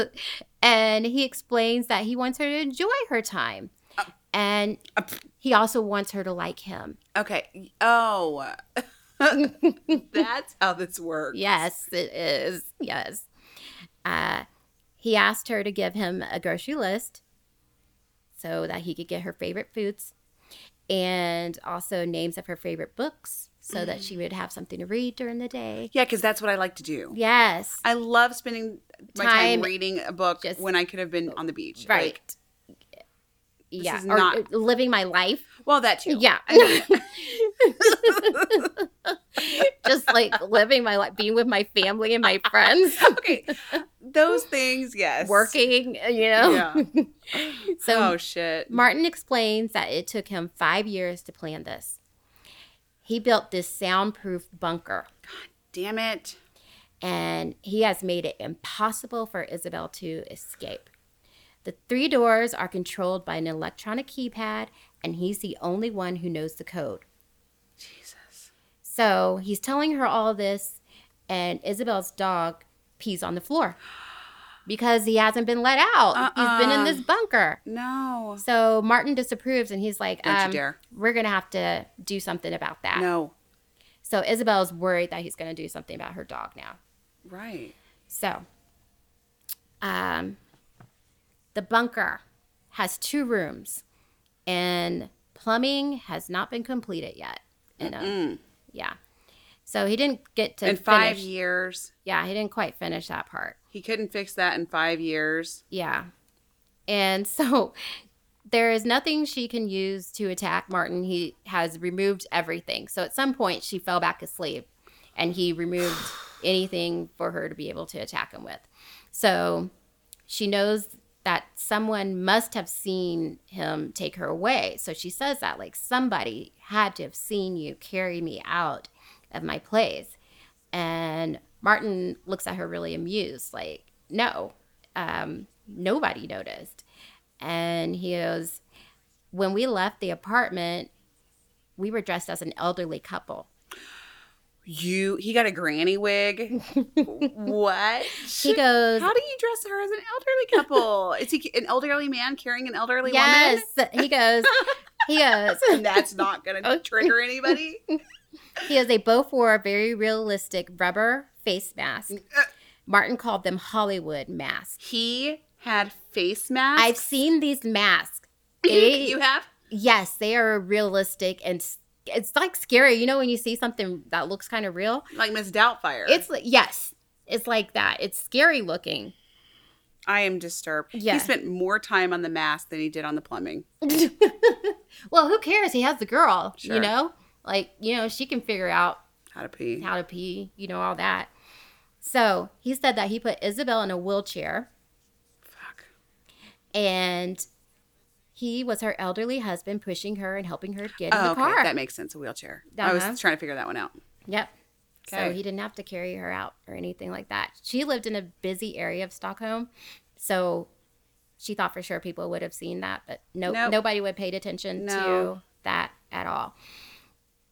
Speaker 2: And he explains that he wants her to enjoy her time.
Speaker 1: Uh,
Speaker 2: and
Speaker 1: uh, pff.
Speaker 2: he also wants her to like him.
Speaker 1: Okay. Oh. That's how this works.
Speaker 2: Yes, it is. Yes. Uh, he asked her to give him a grocery list so that he could get her favorite foods and also names of her favorite books so
Speaker 1: Mm.
Speaker 2: that she would have something to read during the day.
Speaker 1: Yeah, because that's what I like to do.
Speaker 2: Yes.
Speaker 1: I love spending my time,
Speaker 2: Time-
Speaker 1: reading a book
Speaker 2: just-
Speaker 1: when I could have been on the beach.
Speaker 2: right.
Speaker 1: Like,
Speaker 2: yeah.
Speaker 1: is
Speaker 2: or
Speaker 1: not-
Speaker 2: living my life.
Speaker 1: well, that too.
Speaker 2: Yeah. Just like living my life, being with my family and my friends,
Speaker 1: okay. Those things, yes.
Speaker 2: working, uh, you know.
Speaker 1: Yeah.
Speaker 2: So
Speaker 1: oh shit.
Speaker 2: Martin explains that it took him five years to plan this. He built this soundproof bunker
Speaker 1: Damn it.
Speaker 2: and he has made it impossible for Isabel to escape. The three doors are controlled by an electronic keypad, and he's the only one who knows the code.
Speaker 1: Jesus.
Speaker 2: So he's telling her all this, and Isabel's dog pees on the floor because he hasn't been let out. He's been in
Speaker 1: Uh-uh.
Speaker 2: this bunker.
Speaker 1: No.
Speaker 2: So Martin disapproves, and he's like,
Speaker 1: Don't you
Speaker 2: um,
Speaker 1: dare.
Speaker 2: We're going to have to do something about that.
Speaker 1: No.
Speaker 2: So Isabel's worried that he's going to do something about her dog now.
Speaker 1: Right.
Speaker 2: So, um, the bunker has two rooms, and plumbing has not been completed yet. And, uh,
Speaker 1: Mm.
Speaker 2: yeah. So he didn't get to
Speaker 1: In five
Speaker 2: finish.
Speaker 1: years,
Speaker 2: Yeah, he didn't quite finish that part.
Speaker 1: he couldn't fix that in five years.
Speaker 2: Yeah. And so there is nothing she can use to attack Martin. He has removed everything. So at some point she fell back asleep and he removed anything for her to be able to attack him with. So she knows that someone must have seen him take her away. So she says that like somebody had to have seen you carry me out of my place. And Martin looks at her really amused, like, no, um, nobody noticed. And he goes, when we left the apartment, we were dressed as an elderly couple.
Speaker 1: You, he got a granny wig. what?
Speaker 2: He goes,
Speaker 1: How do you dress her as an elderly couple? Is he an elderly man carrying an elderly
Speaker 2: yes. He goes, he goes,
Speaker 1: woman? And that's not going to trigger anybody.
Speaker 2: he goes, they both wore a very realistic rubber face mask.
Speaker 1: Uh.
Speaker 2: Martin called them Hollywood masks.
Speaker 1: He had face masks.
Speaker 2: I've seen these masks.
Speaker 1: You-
Speaker 2: They-
Speaker 1: you have.
Speaker 2: yes, they are realistic and s- it's like scary. You know, when you see something that looks kind of real,
Speaker 1: like Miss Doubtfire.
Speaker 2: It's like yes, it's like that. It's scary looking.
Speaker 1: I am disturbed.
Speaker 2: Yeah.
Speaker 1: He spent more time on the mask than he did on the plumbing.
Speaker 2: Well, who cares? He has the girl,
Speaker 1: Sure.
Speaker 2: you know. Like you know, she can figure out
Speaker 1: How to pee.
Speaker 2: how to pee, you know, all that. So he said that he put Isabel in a wheelchair,
Speaker 1: Fuck.
Speaker 2: and he was her elderly husband pushing her and helping her get in
Speaker 1: Oh,
Speaker 2: the
Speaker 1: okay.
Speaker 2: car.
Speaker 1: That makes sense. A wheelchair. I
Speaker 2: Uh-huh.
Speaker 1: was trying to figure that one out.
Speaker 2: Yep. So
Speaker 1: Okay.
Speaker 2: he didn't have to carry her out or anything like that. She lived in a busy area of Stockholm. So she thought for sure people would have seen that, but no,
Speaker 1: Nope.
Speaker 2: nobody would paid attention
Speaker 1: No.
Speaker 2: to that at all.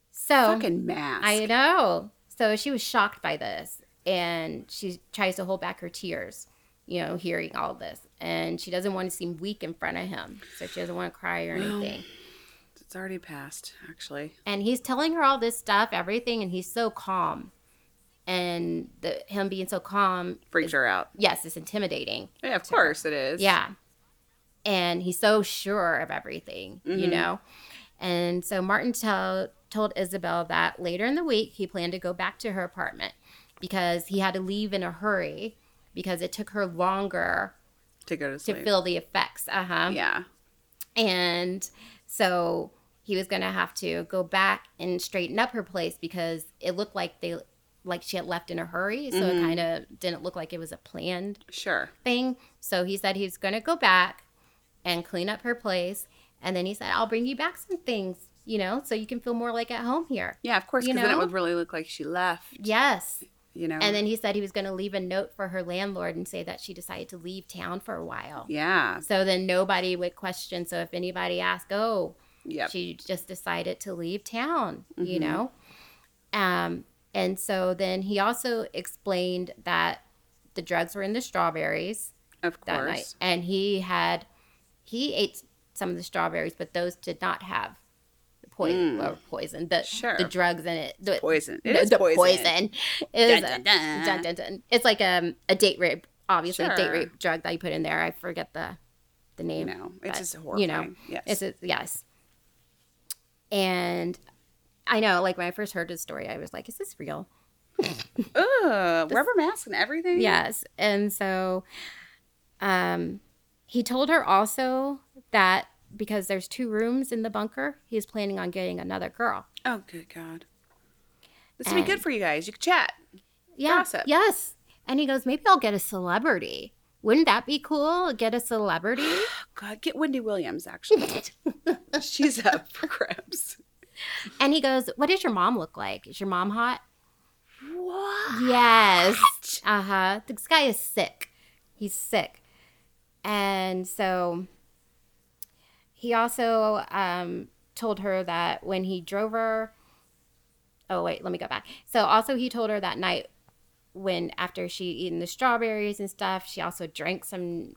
Speaker 2: So
Speaker 1: Fucking mask.
Speaker 2: I know. So she was shocked by this and she tries to hold back her tears, you know, hearing all this. And she doesn't want to seem weak in front of him. So she doesn't want to cry or
Speaker 1: Well.
Speaker 2: anything.
Speaker 1: It's already passed, actually.
Speaker 2: And he's telling her all this stuff, everything, and he's so calm. And the him being so calm,
Speaker 1: Freaks her out.
Speaker 2: yes, it's intimidating.
Speaker 1: Yeah, of course it is.
Speaker 2: Yeah. And he's so sure of everything, you
Speaker 1: Mhm.
Speaker 2: know? And so Martin tell, told Isabel that later in the week, he planned to go back to her apartment because he had to leave in a hurry because it took her longer
Speaker 1: To go to
Speaker 2: to
Speaker 1: sleep.
Speaker 2: feel the effects. Uh huh.
Speaker 1: yeah.
Speaker 2: And so he was going to have to go back and straighten up her place because it looked like they like she had left in a hurry so it
Speaker 1: Mhm.
Speaker 2: kind of didn't look like it was a planned
Speaker 1: Sure.
Speaker 2: thing. So he said he's going to go back and clean up her place. And then he said, I'll bring you back some things, you know, so you can feel more like at home here.
Speaker 1: Yeah, of course,
Speaker 2: You
Speaker 1: because then it
Speaker 2: know?
Speaker 1: would really look like she left,
Speaker 2: Yes.
Speaker 1: you know?
Speaker 2: And then he said he was going to leave a note for her landlord and say that she decided to leave town for a while.
Speaker 1: yeah.
Speaker 2: So then nobody would question. So if anybody asked, oh,
Speaker 1: Yep.
Speaker 2: she just decided to leave town
Speaker 1: Mhm.
Speaker 2: you know um and so then he also explained that the drugs were in the strawberries
Speaker 1: of
Speaker 2: that
Speaker 1: course.
Speaker 2: night and he had he ate some of the strawberries but those did not have the poison
Speaker 1: Mm.
Speaker 2: or poison the
Speaker 1: Sure.
Speaker 2: the drugs in it the
Speaker 1: Poison. It
Speaker 2: the-
Speaker 1: is
Speaker 2: the
Speaker 1: poison.
Speaker 2: poison is
Speaker 1: Dun, dun,
Speaker 2: a-
Speaker 1: dun.
Speaker 2: dun, dun, dun. it's like um a date rape obviously a date
Speaker 1: Sure.
Speaker 2: rape drug that you put in there i forget the the
Speaker 1: You
Speaker 2: name
Speaker 1: know, it's just
Speaker 2: you
Speaker 1: horrifying.
Speaker 2: know,
Speaker 1: yes.
Speaker 2: it's a, yes. And I know, like when I first heard this story, I was like, "Is this real?"
Speaker 1: Ugh, rubber mask and everything?
Speaker 2: Yes. And so, um, he told her also that because there's two rooms in the bunker, he's planning on getting another girl.
Speaker 1: Oh, good God. This would be good
Speaker 2: And-
Speaker 1: for you guys. You could chat.
Speaker 2: Yeah.
Speaker 1: Gossip.
Speaker 2: Yes. And he goes, "Maybe I'll get a celebrity. Wouldn't that be cool? Get a celebrity."
Speaker 1: Oh, God, get Wendy Williams, actually. She's up for grabs.
Speaker 2: and he goes, "What does your mom look like? Is your mom hot?"
Speaker 1: What?
Speaker 2: Yes. Uh huh. This guy is sick. He's sick. And so he also um, told her that when he drove her. Oh, wait, let me go back. So also, he told her that night when after she eaten the strawberries and stuff, she also drank some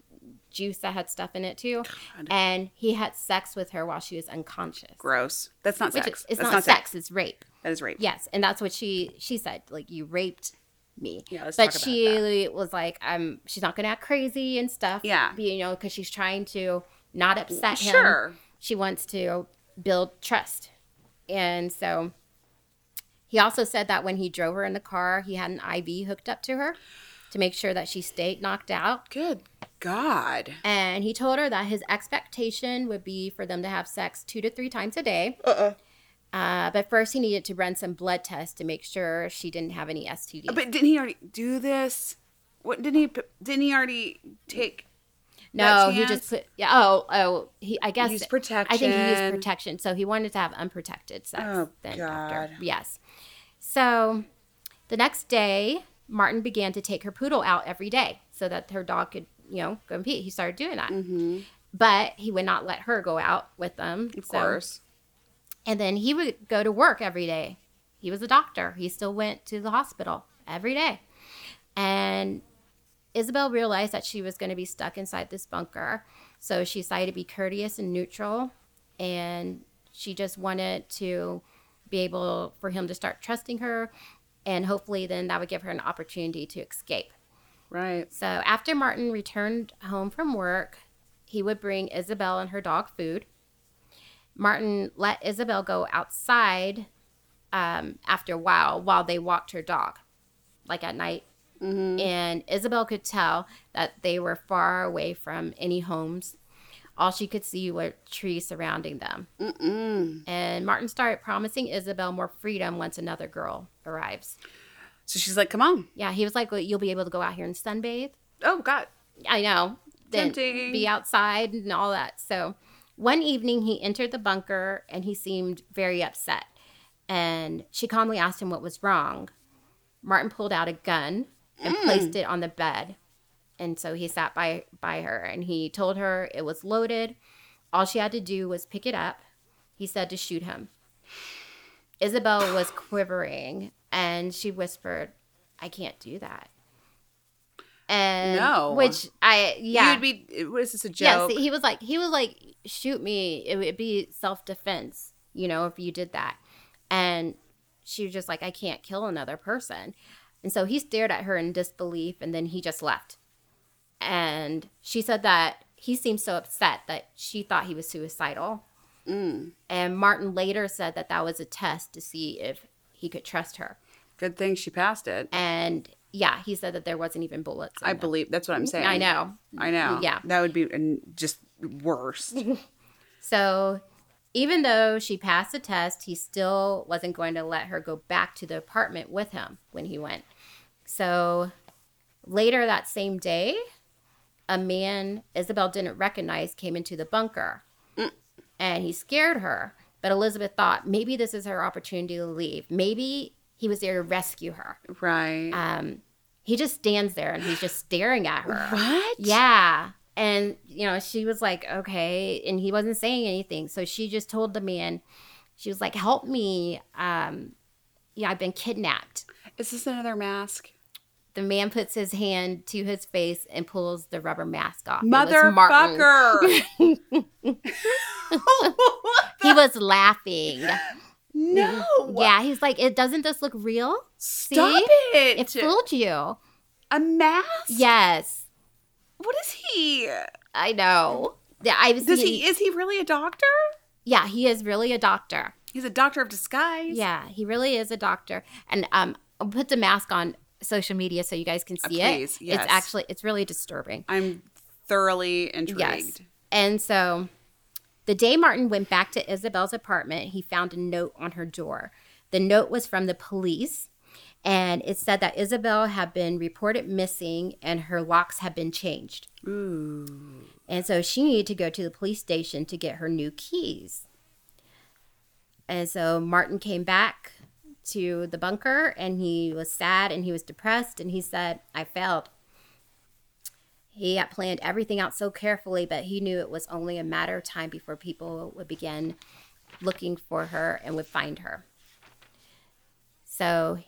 Speaker 2: juice that had stuff in it too.
Speaker 1: God.
Speaker 2: And he had sex with her while she was unconscious.
Speaker 1: Gross. That's not
Speaker 2: Which
Speaker 1: sex.
Speaker 2: is, it's
Speaker 1: That's
Speaker 2: not, sex, it's rape.
Speaker 1: That is rape.
Speaker 2: Yes, and that's what she she said. Like you raped me.
Speaker 1: Yeah, let's
Speaker 2: but
Speaker 1: talk about
Speaker 2: she was like, um, she's not gonna act crazy and stuff.
Speaker 1: Yeah.
Speaker 2: you know, because she's trying to not upset him.
Speaker 1: Sure.
Speaker 2: she wants to build trust, and so he also said that when he drove her in the car, he had an IV hooked up to her to make sure that she stayed knocked out.
Speaker 1: Good God.
Speaker 2: And he told her that his expectation would be for them to have sex two to three times a day.
Speaker 1: Uh-uh.
Speaker 2: Uh, but first, he needed to run some blood tests to make sure she didn't have any STDs.
Speaker 1: Oh, But didn't he already do this? What didn't he? p- Didn't he already take?
Speaker 2: no,
Speaker 1: by
Speaker 2: he
Speaker 1: chance?
Speaker 2: just put. Yeah. Oh, oh. He. I guess.
Speaker 1: Use
Speaker 2: I think he used
Speaker 1: protection.
Speaker 2: protection, so he wanted to have unprotected sex.
Speaker 1: Oh,
Speaker 2: then
Speaker 1: God.
Speaker 2: After. Yes. So, the next day, Martin began to take her poodle out every day so that her dog could, you know, go and pee. He started doing that,
Speaker 1: Mm-hmm.
Speaker 2: but he would not let her go out with them.
Speaker 1: Of
Speaker 2: so-
Speaker 1: course.
Speaker 2: And then he would go to work every day. He was a doctor. He still went to the hospital every day. And Isabel realized that she was going to be stuck inside this bunker. So she decided to be courteous and neutral. And she just wanted to be able for him to start trusting her. And hopefully, then that would give her an opportunity to escape.
Speaker 1: Right.
Speaker 2: So after Martin returned home from work, he would bring Isabel and her dog food. Martin let Isabel go outside um, after a while while they walked her dog, like at night.
Speaker 1: Mm-hmm.
Speaker 2: And Isabel could tell that they were far away from any homes. All she could see were trees surrounding them.
Speaker 1: Mm-mm.
Speaker 2: And Martin started promising Isabel more freedom once another girl arrives.
Speaker 1: So she's like, "Come on."
Speaker 2: Yeah, he was like, well, You'll be able to go out here and sunbathe.
Speaker 1: Oh God.
Speaker 2: I know. Then
Speaker 1: Tempting.
Speaker 2: be outside and all that. So one evening he entered the bunker and he seemed very upset. And she calmly asked him what was wrong. Martin pulled out a gun and
Speaker 1: Mm.
Speaker 2: placed it on the bed. And so he sat by by her and he told her it was loaded. All she had to do was pick it up. He said to shoot him. Isabel was quivering And she whispered, I can't do that. And
Speaker 1: No.
Speaker 2: which I yeah.
Speaker 1: You'd be. What is this a
Speaker 2: Yes,
Speaker 1: joke?
Speaker 2: he was like he was like shoot me. It would be self defense, you know, if you did that. And she was just like I can't kill another person. And so he stared at her in disbelief and then he just left. And she said that he seemed so upset that she thought he was suicidal.
Speaker 1: Mm.
Speaker 2: And Martin later said that that was a test to see if he could trust her.
Speaker 1: Good thing she passed it.
Speaker 2: And yeah, he said that there wasn't even bullets. in
Speaker 1: I
Speaker 2: them.
Speaker 1: believe that's what I'm saying.
Speaker 2: I know.
Speaker 1: I know.
Speaker 2: Yeah. Uh,
Speaker 1: That would be an- just worse.
Speaker 2: So even though she passed the test, he still wasn't going to let her go back to the apartment with him when he went. So later that same day, a man Isabel didn't recognize came into the bunker and he scared her. But Elizabeth thought maybe this is her opportunity to leave. Maybe he was there to rescue her.
Speaker 1: right.
Speaker 2: Um, he just stands there and he's just staring at her.
Speaker 1: what?
Speaker 2: Yeah. And, you know, she was like, okay. And he wasn't saying anything. So she just told the man, she was like, help me. Um, yeah, I've been kidnapped.
Speaker 1: Is this another mask?
Speaker 2: The man puts his hand to his face and pulls the rubber mask off. It was Martin.
Speaker 1: Motherfucker.
Speaker 2: He was laughing.
Speaker 1: no.
Speaker 2: Yeah, he's like, it doesn't this look real?
Speaker 1: Stop it.
Speaker 2: It fooled you.
Speaker 1: a mask?
Speaker 2: Yes,
Speaker 1: What is he?
Speaker 2: I know. Yeah, I was.
Speaker 1: Does he is he really a doctor?
Speaker 2: Yeah, he is really a doctor.
Speaker 1: He's a doctor of disguise.
Speaker 2: Yeah, he really is a doctor. And um, I'll put the mask on social media so you guys can
Speaker 1: Uh,
Speaker 2: see
Speaker 1: please,
Speaker 2: it.
Speaker 1: yes.
Speaker 2: It's actually it's really disturbing.
Speaker 1: I'm thoroughly intrigued.
Speaker 2: Yes. And so the day Martin went back to Isabel's apartment, he found a note on her door. The note was from the police and it said that Isabel had been reported missing and her locks had been changed.
Speaker 1: Ooh.
Speaker 2: And so she needed to go to the police station to get her new keys. And so Martin came back to the bunker and he was sad and he was depressed and he said, I failed. He had planned everything out so carefully, but he knew it was only a matter of time before people would begin looking for her and would find her. So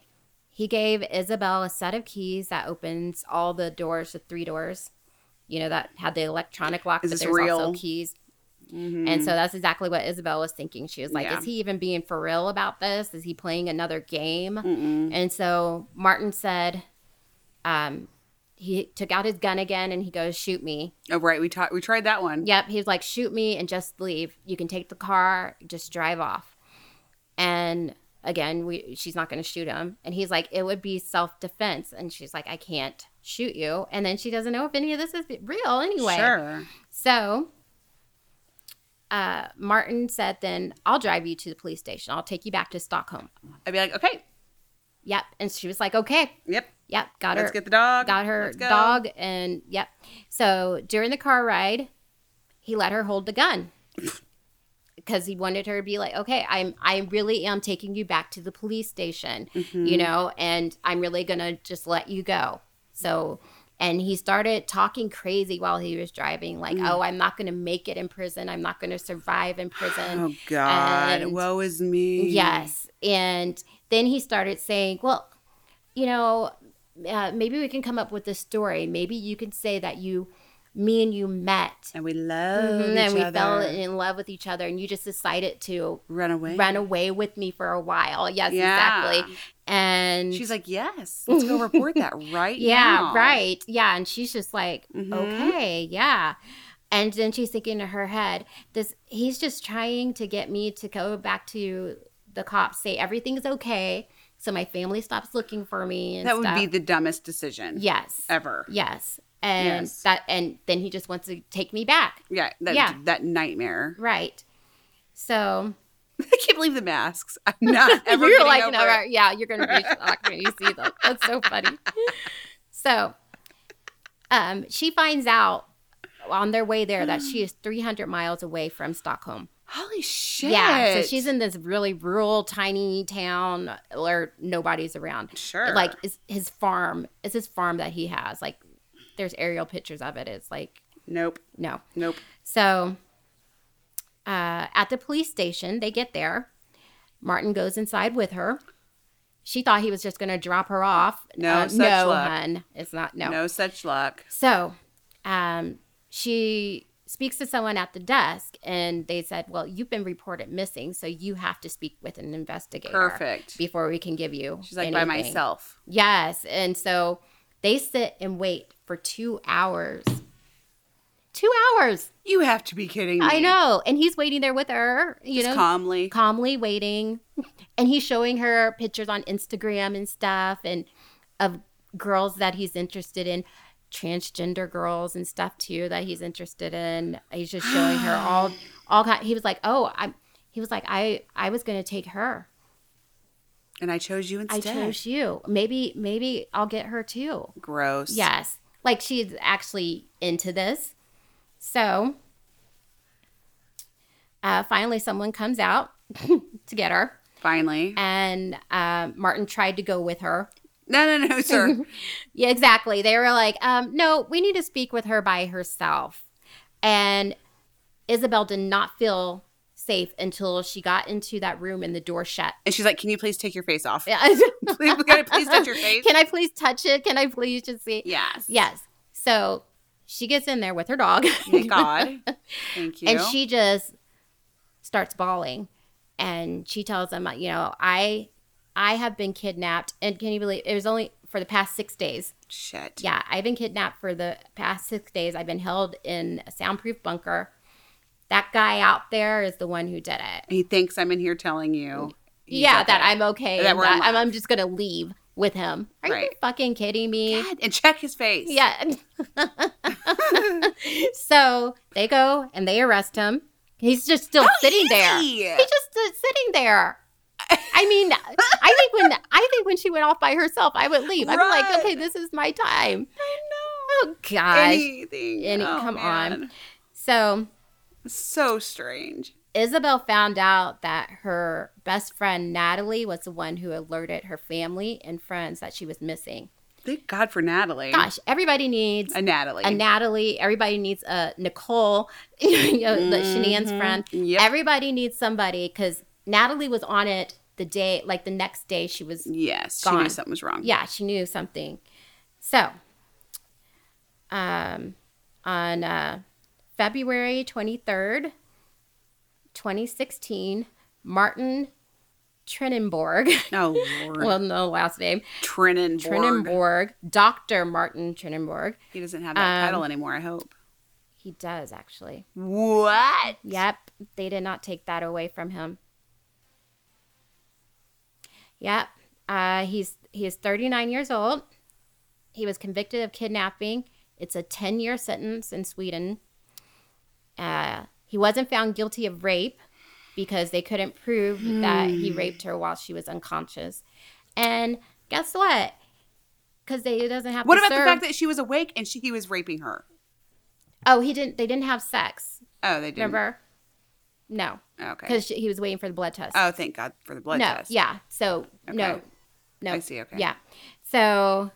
Speaker 2: he gave Isabel a set of keys that opens all the doors, the three doors, you know, that had the electronic lock,
Speaker 1: Is
Speaker 2: but
Speaker 1: this
Speaker 2: there's
Speaker 1: real?
Speaker 2: also keys.
Speaker 1: Mhm.
Speaker 2: And so that's exactly what Isabel was thinking. She was like,
Speaker 1: Yeah.
Speaker 2: is he even being for real about this? Is he playing another game?
Speaker 1: Mm-mm.
Speaker 2: And so Martin said, um, he took out his gun again and he goes, shoot me.
Speaker 1: Oh right, we taught we tried that one.
Speaker 2: Yep. He was like, shoot me and just leave. You can take the car, just drive off. And again, we, she's not going to shoot him. And he's like, it would be self defense. And she's like, I can't shoot you. And then she doesn't know if any of this is real anyway.
Speaker 1: Sure.
Speaker 2: So uh, Martin said, then I'll drive you to the police station. I'll take you back to Stockholm.
Speaker 1: I'd be like, okay,
Speaker 2: Yep. And she was like, okay.
Speaker 1: yep,
Speaker 2: Yep. Got
Speaker 1: let's
Speaker 2: her.
Speaker 1: get the dog.
Speaker 2: got her
Speaker 1: Let's go.
Speaker 2: dog. And yep. So during the car ride, he let her hold the gun because he wanted her to be like, okay, I'm, I really am taking you back to the police station,
Speaker 1: Mhm.
Speaker 2: you know, and I'm really going to just let you go. So, and he started talking crazy while he was driving, like,
Speaker 1: Mm.
Speaker 2: oh, I'm not going to make it in prison. I'm not going to survive in prison.
Speaker 1: Oh God,
Speaker 2: and-
Speaker 1: woe is me.
Speaker 2: Yes. And then he started saying, well, you know, uh, maybe we can come up with a story. Maybe you can say that you, me and you met.
Speaker 1: and we love
Speaker 2: Mhm,
Speaker 1: each
Speaker 2: and we
Speaker 1: other.
Speaker 2: fell in love with each other, and you just decided to
Speaker 1: Run away.
Speaker 2: run away with me for a while. Yes,
Speaker 1: Yeah.
Speaker 2: exactly. And
Speaker 1: She's like, yes, let's go report that right
Speaker 2: yeah,
Speaker 1: now.
Speaker 2: right. Mm-hmm. Yeah. And she's just like,
Speaker 1: Mhm.
Speaker 2: okay, yeah. And then she's thinking in her head, this he's just trying to get me to go back to the cops, say everything's okay, so my family stops looking for me. And
Speaker 1: That would
Speaker 2: stuff.
Speaker 1: be the dumbest decision
Speaker 2: yes,
Speaker 1: ever.
Speaker 2: yes, and
Speaker 1: Yes.
Speaker 2: that, and then he just wants to take me back,
Speaker 1: Yeah, that,
Speaker 2: Yeah.
Speaker 1: that nightmare.
Speaker 2: right? So
Speaker 1: I can't believe the masks. I'm not ever
Speaker 2: you're
Speaker 1: getting
Speaker 2: like,
Speaker 1: over
Speaker 2: no,
Speaker 1: it.
Speaker 2: right, yeah, you're gonna be shocked when you see them. That's so funny. So, um, she finds out on their way there that she is 300 miles away from Stockholm.
Speaker 1: Holy shit!
Speaker 2: Yeah, so she's in this really rural, tiny town where nobody's around.
Speaker 1: sure
Speaker 2: Like is his farm, is his farm that he has. Like, there's aerial pictures of it. It's like
Speaker 1: nope,
Speaker 2: no.
Speaker 1: nope.
Speaker 2: So uh, at the police station, they get there. Martin goes inside with her. she thought he was just going to drop her off. Uh,
Speaker 1: No such
Speaker 2: no,
Speaker 1: luck.
Speaker 2: hun. It's not. No.
Speaker 1: No such luck.
Speaker 2: So um, she speaks to someone at the desk, and they said, "Well, you've been reported missing, so you have to speak with an investigator
Speaker 1: Perfect.
Speaker 2: before we can give you."
Speaker 1: She's like by
Speaker 2: anything."
Speaker 1: myself.
Speaker 2: Yes, and so they sit and wait for two hours. Two hours.
Speaker 1: You have to be kidding me.
Speaker 2: I know, and he's waiting there with her. You
Speaker 1: Just
Speaker 2: know,
Speaker 1: calmly.
Speaker 2: calmly waiting and he's showing her pictures on instagram and stuff and of girls that he's interested in transgender girls and stuff too that he's interested in he's just showing her all all kind he was like oh i'm he was like i i was gonna take her
Speaker 1: and I chose you
Speaker 2: i
Speaker 1: instead.
Speaker 2: chose you maybe maybe i'll get her too
Speaker 1: Gross.
Speaker 2: yes like she's actually into this so uh, finally someone comes out to get her
Speaker 1: Finally.
Speaker 2: and um, Martin tried to go with her.
Speaker 1: No, no, no, sir.
Speaker 2: Yeah, exactly. They were like, um, no, we need to speak with her by herself. And Isabel did not feel safe until she got into that room and the door shut.
Speaker 1: and she's like, "Can you please take your face off?
Speaker 2: Yeah.
Speaker 1: please, can I please touch your face?"
Speaker 2: Can I please touch it? Can I please just see?
Speaker 1: yes.
Speaker 2: Yes. So she gets in there with her dog.
Speaker 1: Thank God. Thank you.
Speaker 2: And she just starts bawling, and she tells them, you know, I, I have been kidnapped, and can you believe it was only for the past six days?
Speaker 1: shit.
Speaker 2: Yeah, I've been kidnapped for the past six days. I've been held in a soundproof bunker. That guy out there is the one who did it.
Speaker 1: He thinks I'm in here telling you. he's
Speaker 2: yeah,
Speaker 1: okay.
Speaker 2: that I'm okay.
Speaker 1: That
Speaker 2: and
Speaker 1: we're
Speaker 2: that I'm,
Speaker 1: alive.
Speaker 2: I'm just gonna leave with him. Are you
Speaker 1: Right.
Speaker 2: fucking kidding me?
Speaker 1: God, and check his face.
Speaker 2: Yeah. so they go and they arrest him. He's just still
Speaker 1: Oh,
Speaker 2: sitting there. He's
Speaker 1: Hey!
Speaker 2: just uh, sitting there. I mean, I think when I think when she went off by herself, I would leave. I'm
Speaker 1: Run.
Speaker 2: like, okay, this is my time. I know. Oh gosh.
Speaker 1: Anything.
Speaker 2: Any-
Speaker 1: Oh,
Speaker 2: come
Speaker 1: man.
Speaker 2: on. so
Speaker 1: So strange.
Speaker 2: Isabel found out that her best friend Natalie was the one who alerted her family and friends that she was missing.
Speaker 1: Thank God for Natalie.
Speaker 2: Gosh, everybody needs
Speaker 1: A Natalie.
Speaker 2: a Natalie. Everybody needs a Nicole, you know, the Shanann's
Speaker 1: Mhm.
Speaker 2: friend.
Speaker 1: Yep.
Speaker 2: Everybody needs somebody because Natalie was on it the day, like the next day she was.
Speaker 1: yes. She knew
Speaker 2: Gone.
Speaker 1: something was wrong.
Speaker 2: Yeah, she knew something. So, um, on uh, February 23rd, 2016, Martin Trenenborg,
Speaker 1: Oh, Lord.
Speaker 2: well, no last name,
Speaker 1: Trinan Borg.
Speaker 2: Trenenborg, Dr. Martin Trenenborg.
Speaker 1: He doesn't have that
Speaker 2: Um,
Speaker 1: title anymore, I hope.
Speaker 2: He does actually.
Speaker 1: What?
Speaker 2: Yep, they did not take that away from him. Yep, uh, he's he is 39 years old. He was convicted of kidnapping. It's a 10 year sentence in Sweden. Uh, he wasn't found guilty of rape because they couldn't prove that he
Speaker 1: Hmm.
Speaker 2: raped her while she was unconscious. And guess what? Because they doesn't have.
Speaker 1: What
Speaker 2: to
Speaker 1: about the
Speaker 2: serve-
Speaker 1: fact that she was awake and she, he was raping her?
Speaker 2: Oh, he didn't. They didn't have sex.
Speaker 1: Oh, they didn't.
Speaker 2: Remember? No,
Speaker 1: Okay.
Speaker 2: because he was waiting for the blood test.
Speaker 1: Oh, thank God for the blood
Speaker 2: no,
Speaker 1: test.
Speaker 2: yeah. So no,
Speaker 1: Okay.
Speaker 2: no.
Speaker 1: I see. Okay.
Speaker 2: Yeah. So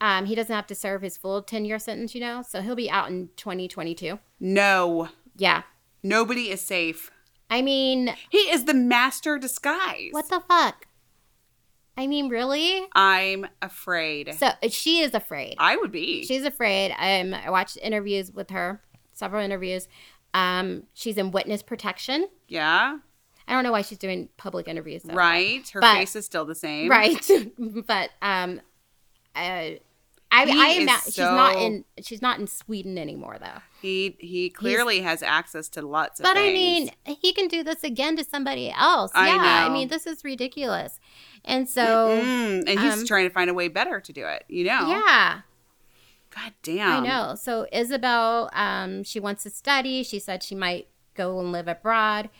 Speaker 2: um, he doesn't have to serve his full ten year sentence, you know. So he'll be out in twenty twenty two.
Speaker 1: No.
Speaker 2: Yeah.
Speaker 1: Nobody is safe.
Speaker 2: I mean,
Speaker 1: He is the master disguise.
Speaker 2: what the fuck? I mean, really?
Speaker 1: I'm afraid.
Speaker 2: So uh, she is afraid.
Speaker 1: I would be.
Speaker 2: She's afraid. Um, I watched interviews with her, several interviews. Um, she's in witness protection.
Speaker 1: yeah.
Speaker 2: I don't know why she's doing public interviews. Though.
Speaker 1: Right. Her
Speaker 2: But-
Speaker 1: face is still the same.
Speaker 2: right but um uh, I,
Speaker 1: He
Speaker 2: I am
Speaker 1: is
Speaker 2: not, she's not
Speaker 1: so-
Speaker 2: in she's not in Sweden anymore though.
Speaker 1: He he clearly has access to lots of
Speaker 2: But I
Speaker 1: things.
Speaker 2: mean, he can do this again to somebody else.
Speaker 1: I
Speaker 2: yeah, I
Speaker 1: know.
Speaker 2: mean, this is ridiculous. And so,
Speaker 1: Mm, and he's
Speaker 2: um,
Speaker 1: trying to find a way better to do it, you know?
Speaker 2: yeah,
Speaker 1: God damn.
Speaker 2: I know. So Isabel, um, she wants to study. She said she might go and live abroad.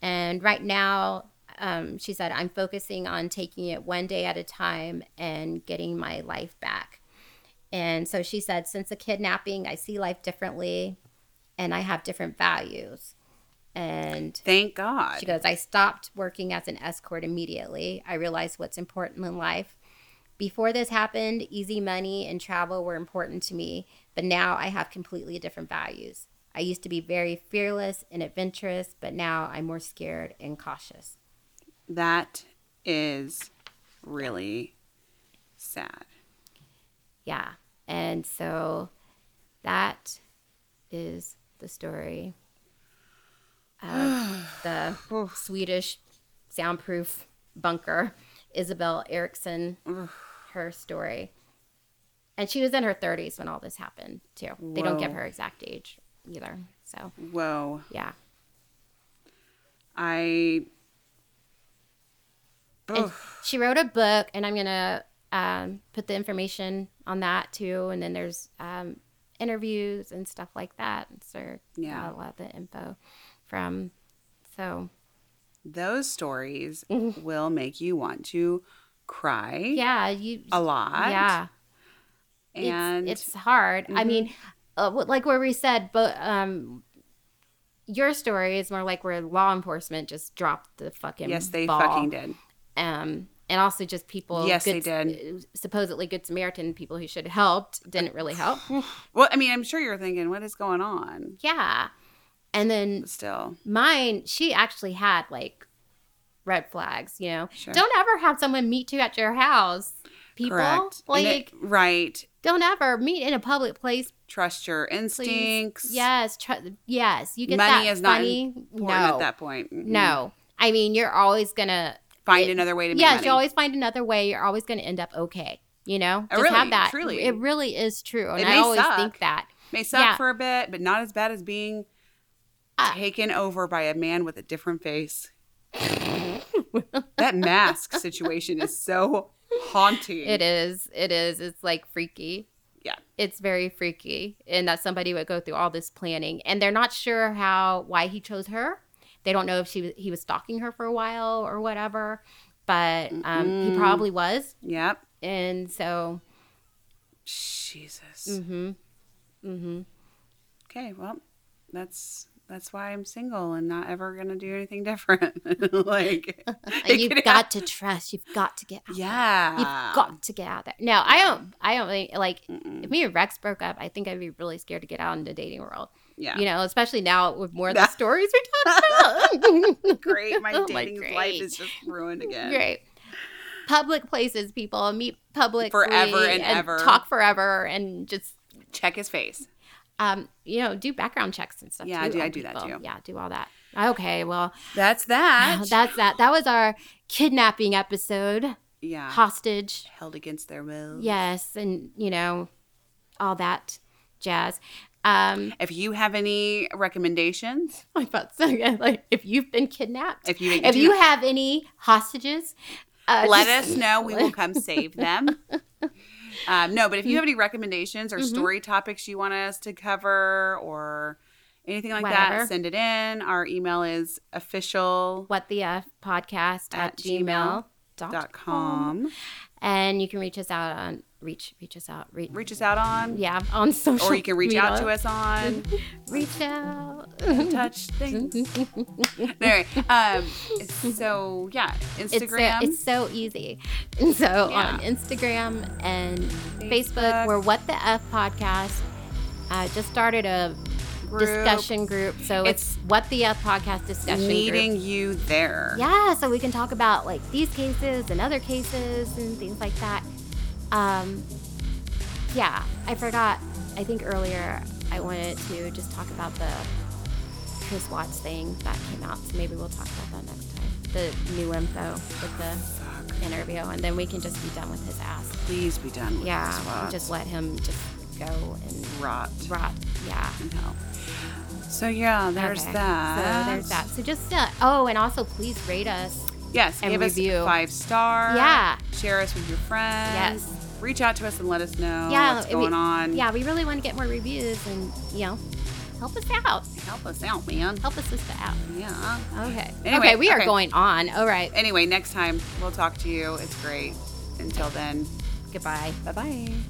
Speaker 2: And right now, um, she said, I'm focusing on taking it one day at a time and getting my life back. And so she said, since the kidnapping, I see life differently and I have different values. And
Speaker 1: Thank God.
Speaker 2: she goes, I stopped working as an escort immediately. I realized what's important in life. Before this happened, easy money and travel were important to me, but now I have completely different values. I used to be very fearless and adventurous, but now I'm more scared and cautious.
Speaker 1: that is really sad.
Speaker 2: Yeah. And so that is the story of the
Speaker 1: Oof.
Speaker 2: Swedish soundproof bunker, Isabel Eriksson, her story. And she was in her 30s when all this happened, too. They don't give
Speaker 1: Whoa.
Speaker 2: her exact age either. So,
Speaker 1: Whoa.
Speaker 2: yeah.
Speaker 1: I.
Speaker 2: And
Speaker 1: Ugh.
Speaker 2: she wrote a book, and I'm gonna um, put the information on that too. And then there's um, interviews and stuff like that. So
Speaker 1: Yeah.
Speaker 2: a lot of the info from. So
Speaker 1: Those stories will make you want to cry
Speaker 2: Mm-hmm. yeah, you
Speaker 1: Mm-hmm. a lot.
Speaker 2: yeah,
Speaker 1: And
Speaker 2: it's, it's hard. I
Speaker 1: Mhm.
Speaker 2: mean, uh, wh- like where we said, but um, your story is more like where law enforcement just dropped the fucking
Speaker 1: yes, they
Speaker 2: ball.
Speaker 1: fucking did.
Speaker 2: um, and also just people. uh,
Speaker 1: Yes, they did.
Speaker 2: Supposedly good Samaritan people who should have helped didn't really help.
Speaker 1: Well, I mean, I'm sure you're thinking, what is going on?
Speaker 2: yeah, and then
Speaker 1: But still,
Speaker 2: mine, she actually had like red flags. You know,
Speaker 1: Sure.
Speaker 2: don't ever have someone meet you at your house. People
Speaker 1: correct. And
Speaker 2: like
Speaker 1: it- right.
Speaker 2: don't ever meet in a public place.
Speaker 1: Trust your
Speaker 2: Please.
Speaker 1: instincts.
Speaker 2: Yes, tr- yes, you get
Speaker 1: Money
Speaker 2: that
Speaker 1: is not
Speaker 2: money.
Speaker 1: Important
Speaker 2: no,
Speaker 1: at that point. Mhm.
Speaker 2: no. I mean, you're always gonna
Speaker 1: Find
Speaker 2: It-
Speaker 1: another way to make
Speaker 2: yes,
Speaker 1: money.
Speaker 2: you always find another way. You're always going to end up okay. You know,
Speaker 1: Uh,
Speaker 2: just
Speaker 1: really,
Speaker 2: have that.
Speaker 1: truly.
Speaker 2: It really is true, and
Speaker 1: It
Speaker 2: I
Speaker 1: may
Speaker 2: always
Speaker 1: suck.
Speaker 2: think that.
Speaker 1: May suck
Speaker 2: yeah.
Speaker 1: for a bit, but not as bad as being
Speaker 2: Ah.
Speaker 1: taken over by a man with a different face. that mask situation is so haunting.
Speaker 2: It is. It is. It's like freaky.
Speaker 1: Yeah.
Speaker 2: It's very freaky, and that somebody would go through all this planning, and they're not sure how why he chose her. They don't know if she was- he was stalking her for a while or whatever, but um, he
Speaker 1: Mm-mm.
Speaker 2: probably was,
Speaker 1: Yep.
Speaker 2: and so.
Speaker 1: Jesus.
Speaker 2: Mm-hmm. Mm-hmm.
Speaker 1: Okay, well, that's that's why I'm single and not ever gonna do anything different. like it
Speaker 2: And you've
Speaker 1: could
Speaker 2: got to trust. You've got to get.
Speaker 1: hap-
Speaker 2: Out
Speaker 1: Yeah.
Speaker 2: You've got to get out there. No, I don't. I don't really, like.
Speaker 1: Mm-mm.
Speaker 2: If me and Rex broke up, I think I'd be really scared to get out in the dating world.
Speaker 1: Yeah.
Speaker 2: You know, especially now with more of the
Speaker 1: Nah.
Speaker 2: stories we talked about.
Speaker 1: Great. My
Speaker 2: Like,
Speaker 1: dating life
Speaker 2: Oh great.
Speaker 1: is just ruined again.
Speaker 2: Great. Public places, people meet public
Speaker 1: Forever and ever.
Speaker 2: Talk forever and just
Speaker 1: Check his face.
Speaker 2: um, you know, do background checks and stuff.
Speaker 1: Yeah, I
Speaker 2: too
Speaker 1: do- I
Speaker 2: on
Speaker 1: do that
Speaker 2: people.
Speaker 1: too.
Speaker 2: Yeah, do all that. Okay, well, uh,
Speaker 1: That's that.
Speaker 2: that's that. That was our kidnapping episode,
Speaker 1: yeah.
Speaker 2: hostage.
Speaker 1: Held against their will.
Speaker 2: Yes, and you know, all that jazz. Um,
Speaker 1: If you have any recommendations,
Speaker 2: I felt so good. Like if you've been kidnapped,
Speaker 1: if you
Speaker 2: if you have any hostages, uh,
Speaker 1: let
Speaker 2: just-
Speaker 1: us know, we will come save them. Um, no, but if you have any recommendations or
Speaker 2: Mhm.
Speaker 1: story topics you want us to cover or anything like
Speaker 2: Whatever.
Speaker 1: that, send it in. Our email is official
Speaker 2: what the f podcast at
Speaker 1: At
Speaker 2: gmail
Speaker 1: dot com.
Speaker 2: and you can reach us out on reach reach us out reach,
Speaker 1: Reach us out on,
Speaker 2: yeah on social
Speaker 1: or you can reach out to
Speaker 2: media.
Speaker 1: us on
Speaker 2: reach out
Speaker 1: touch things. anyway, um, so yeah,
Speaker 2: it's so,
Speaker 1: Instagram.
Speaker 2: it's so easy and so on
Speaker 1: Yeah.
Speaker 2: Instagram and Facebook,
Speaker 1: Facebook.
Speaker 2: we're what the f podcast uh, just started a
Speaker 1: group,
Speaker 2: discussion group so it's, what the f podcast discussion group.
Speaker 1: meeting you there.
Speaker 2: Yeah, so we can talk about like these cases and other cases and things like that. Um, yeah, I forgot. I think earlier I wanted to just talk about the Chris Watts thing that came out. So maybe we'll talk about that next time. The new info with the
Speaker 1: Fuck.
Speaker 2: interview, and then we can just be done with his ass.
Speaker 1: Please be done with
Speaker 2: Yeah,
Speaker 1: this.
Speaker 2: and
Speaker 1: Rob.
Speaker 2: just let him just go and
Speaker 1: rot.
Speaker 2: rot. Yeah.
Speaker 1: No. So yeah, there's
Speaker 2: Okay,
Speaker 1: that.
Speaker 2: So there's that. So just uh, oh, and also please rate us.
Speaker 1: Yes,
Speaker 2: And
Speaker 1: give
Speaker 2: review.
Speaker 1: us five star.
Speaker 2: Yeah.
Speaker 1: Share us with your friends.
Speaker 2: Yes.
Speaker 1: Reach out to us and let us know
Speaker 2: Yeah,
Speaker 1: what's
Speaker 2: we-
Speaker 1: going on.
Speaker 2: Yeah, we really want to get more reviews and, you know, help us out.
Speaker 1: Help us out, man.
Speaker 2: Help us sister out.
Speaker 1: Yeah.
Speaker 2: Okay.
Speaker 1: Anyway,
Speaker 2: okay, we are
Speaker 1: okay.
Speaker 2: going on. All right.
Speaker 1: Anyway, next time we'll talk to you. It's great. Until then,
Speaker 2: Goodbye.
Speaker 1: bye bye.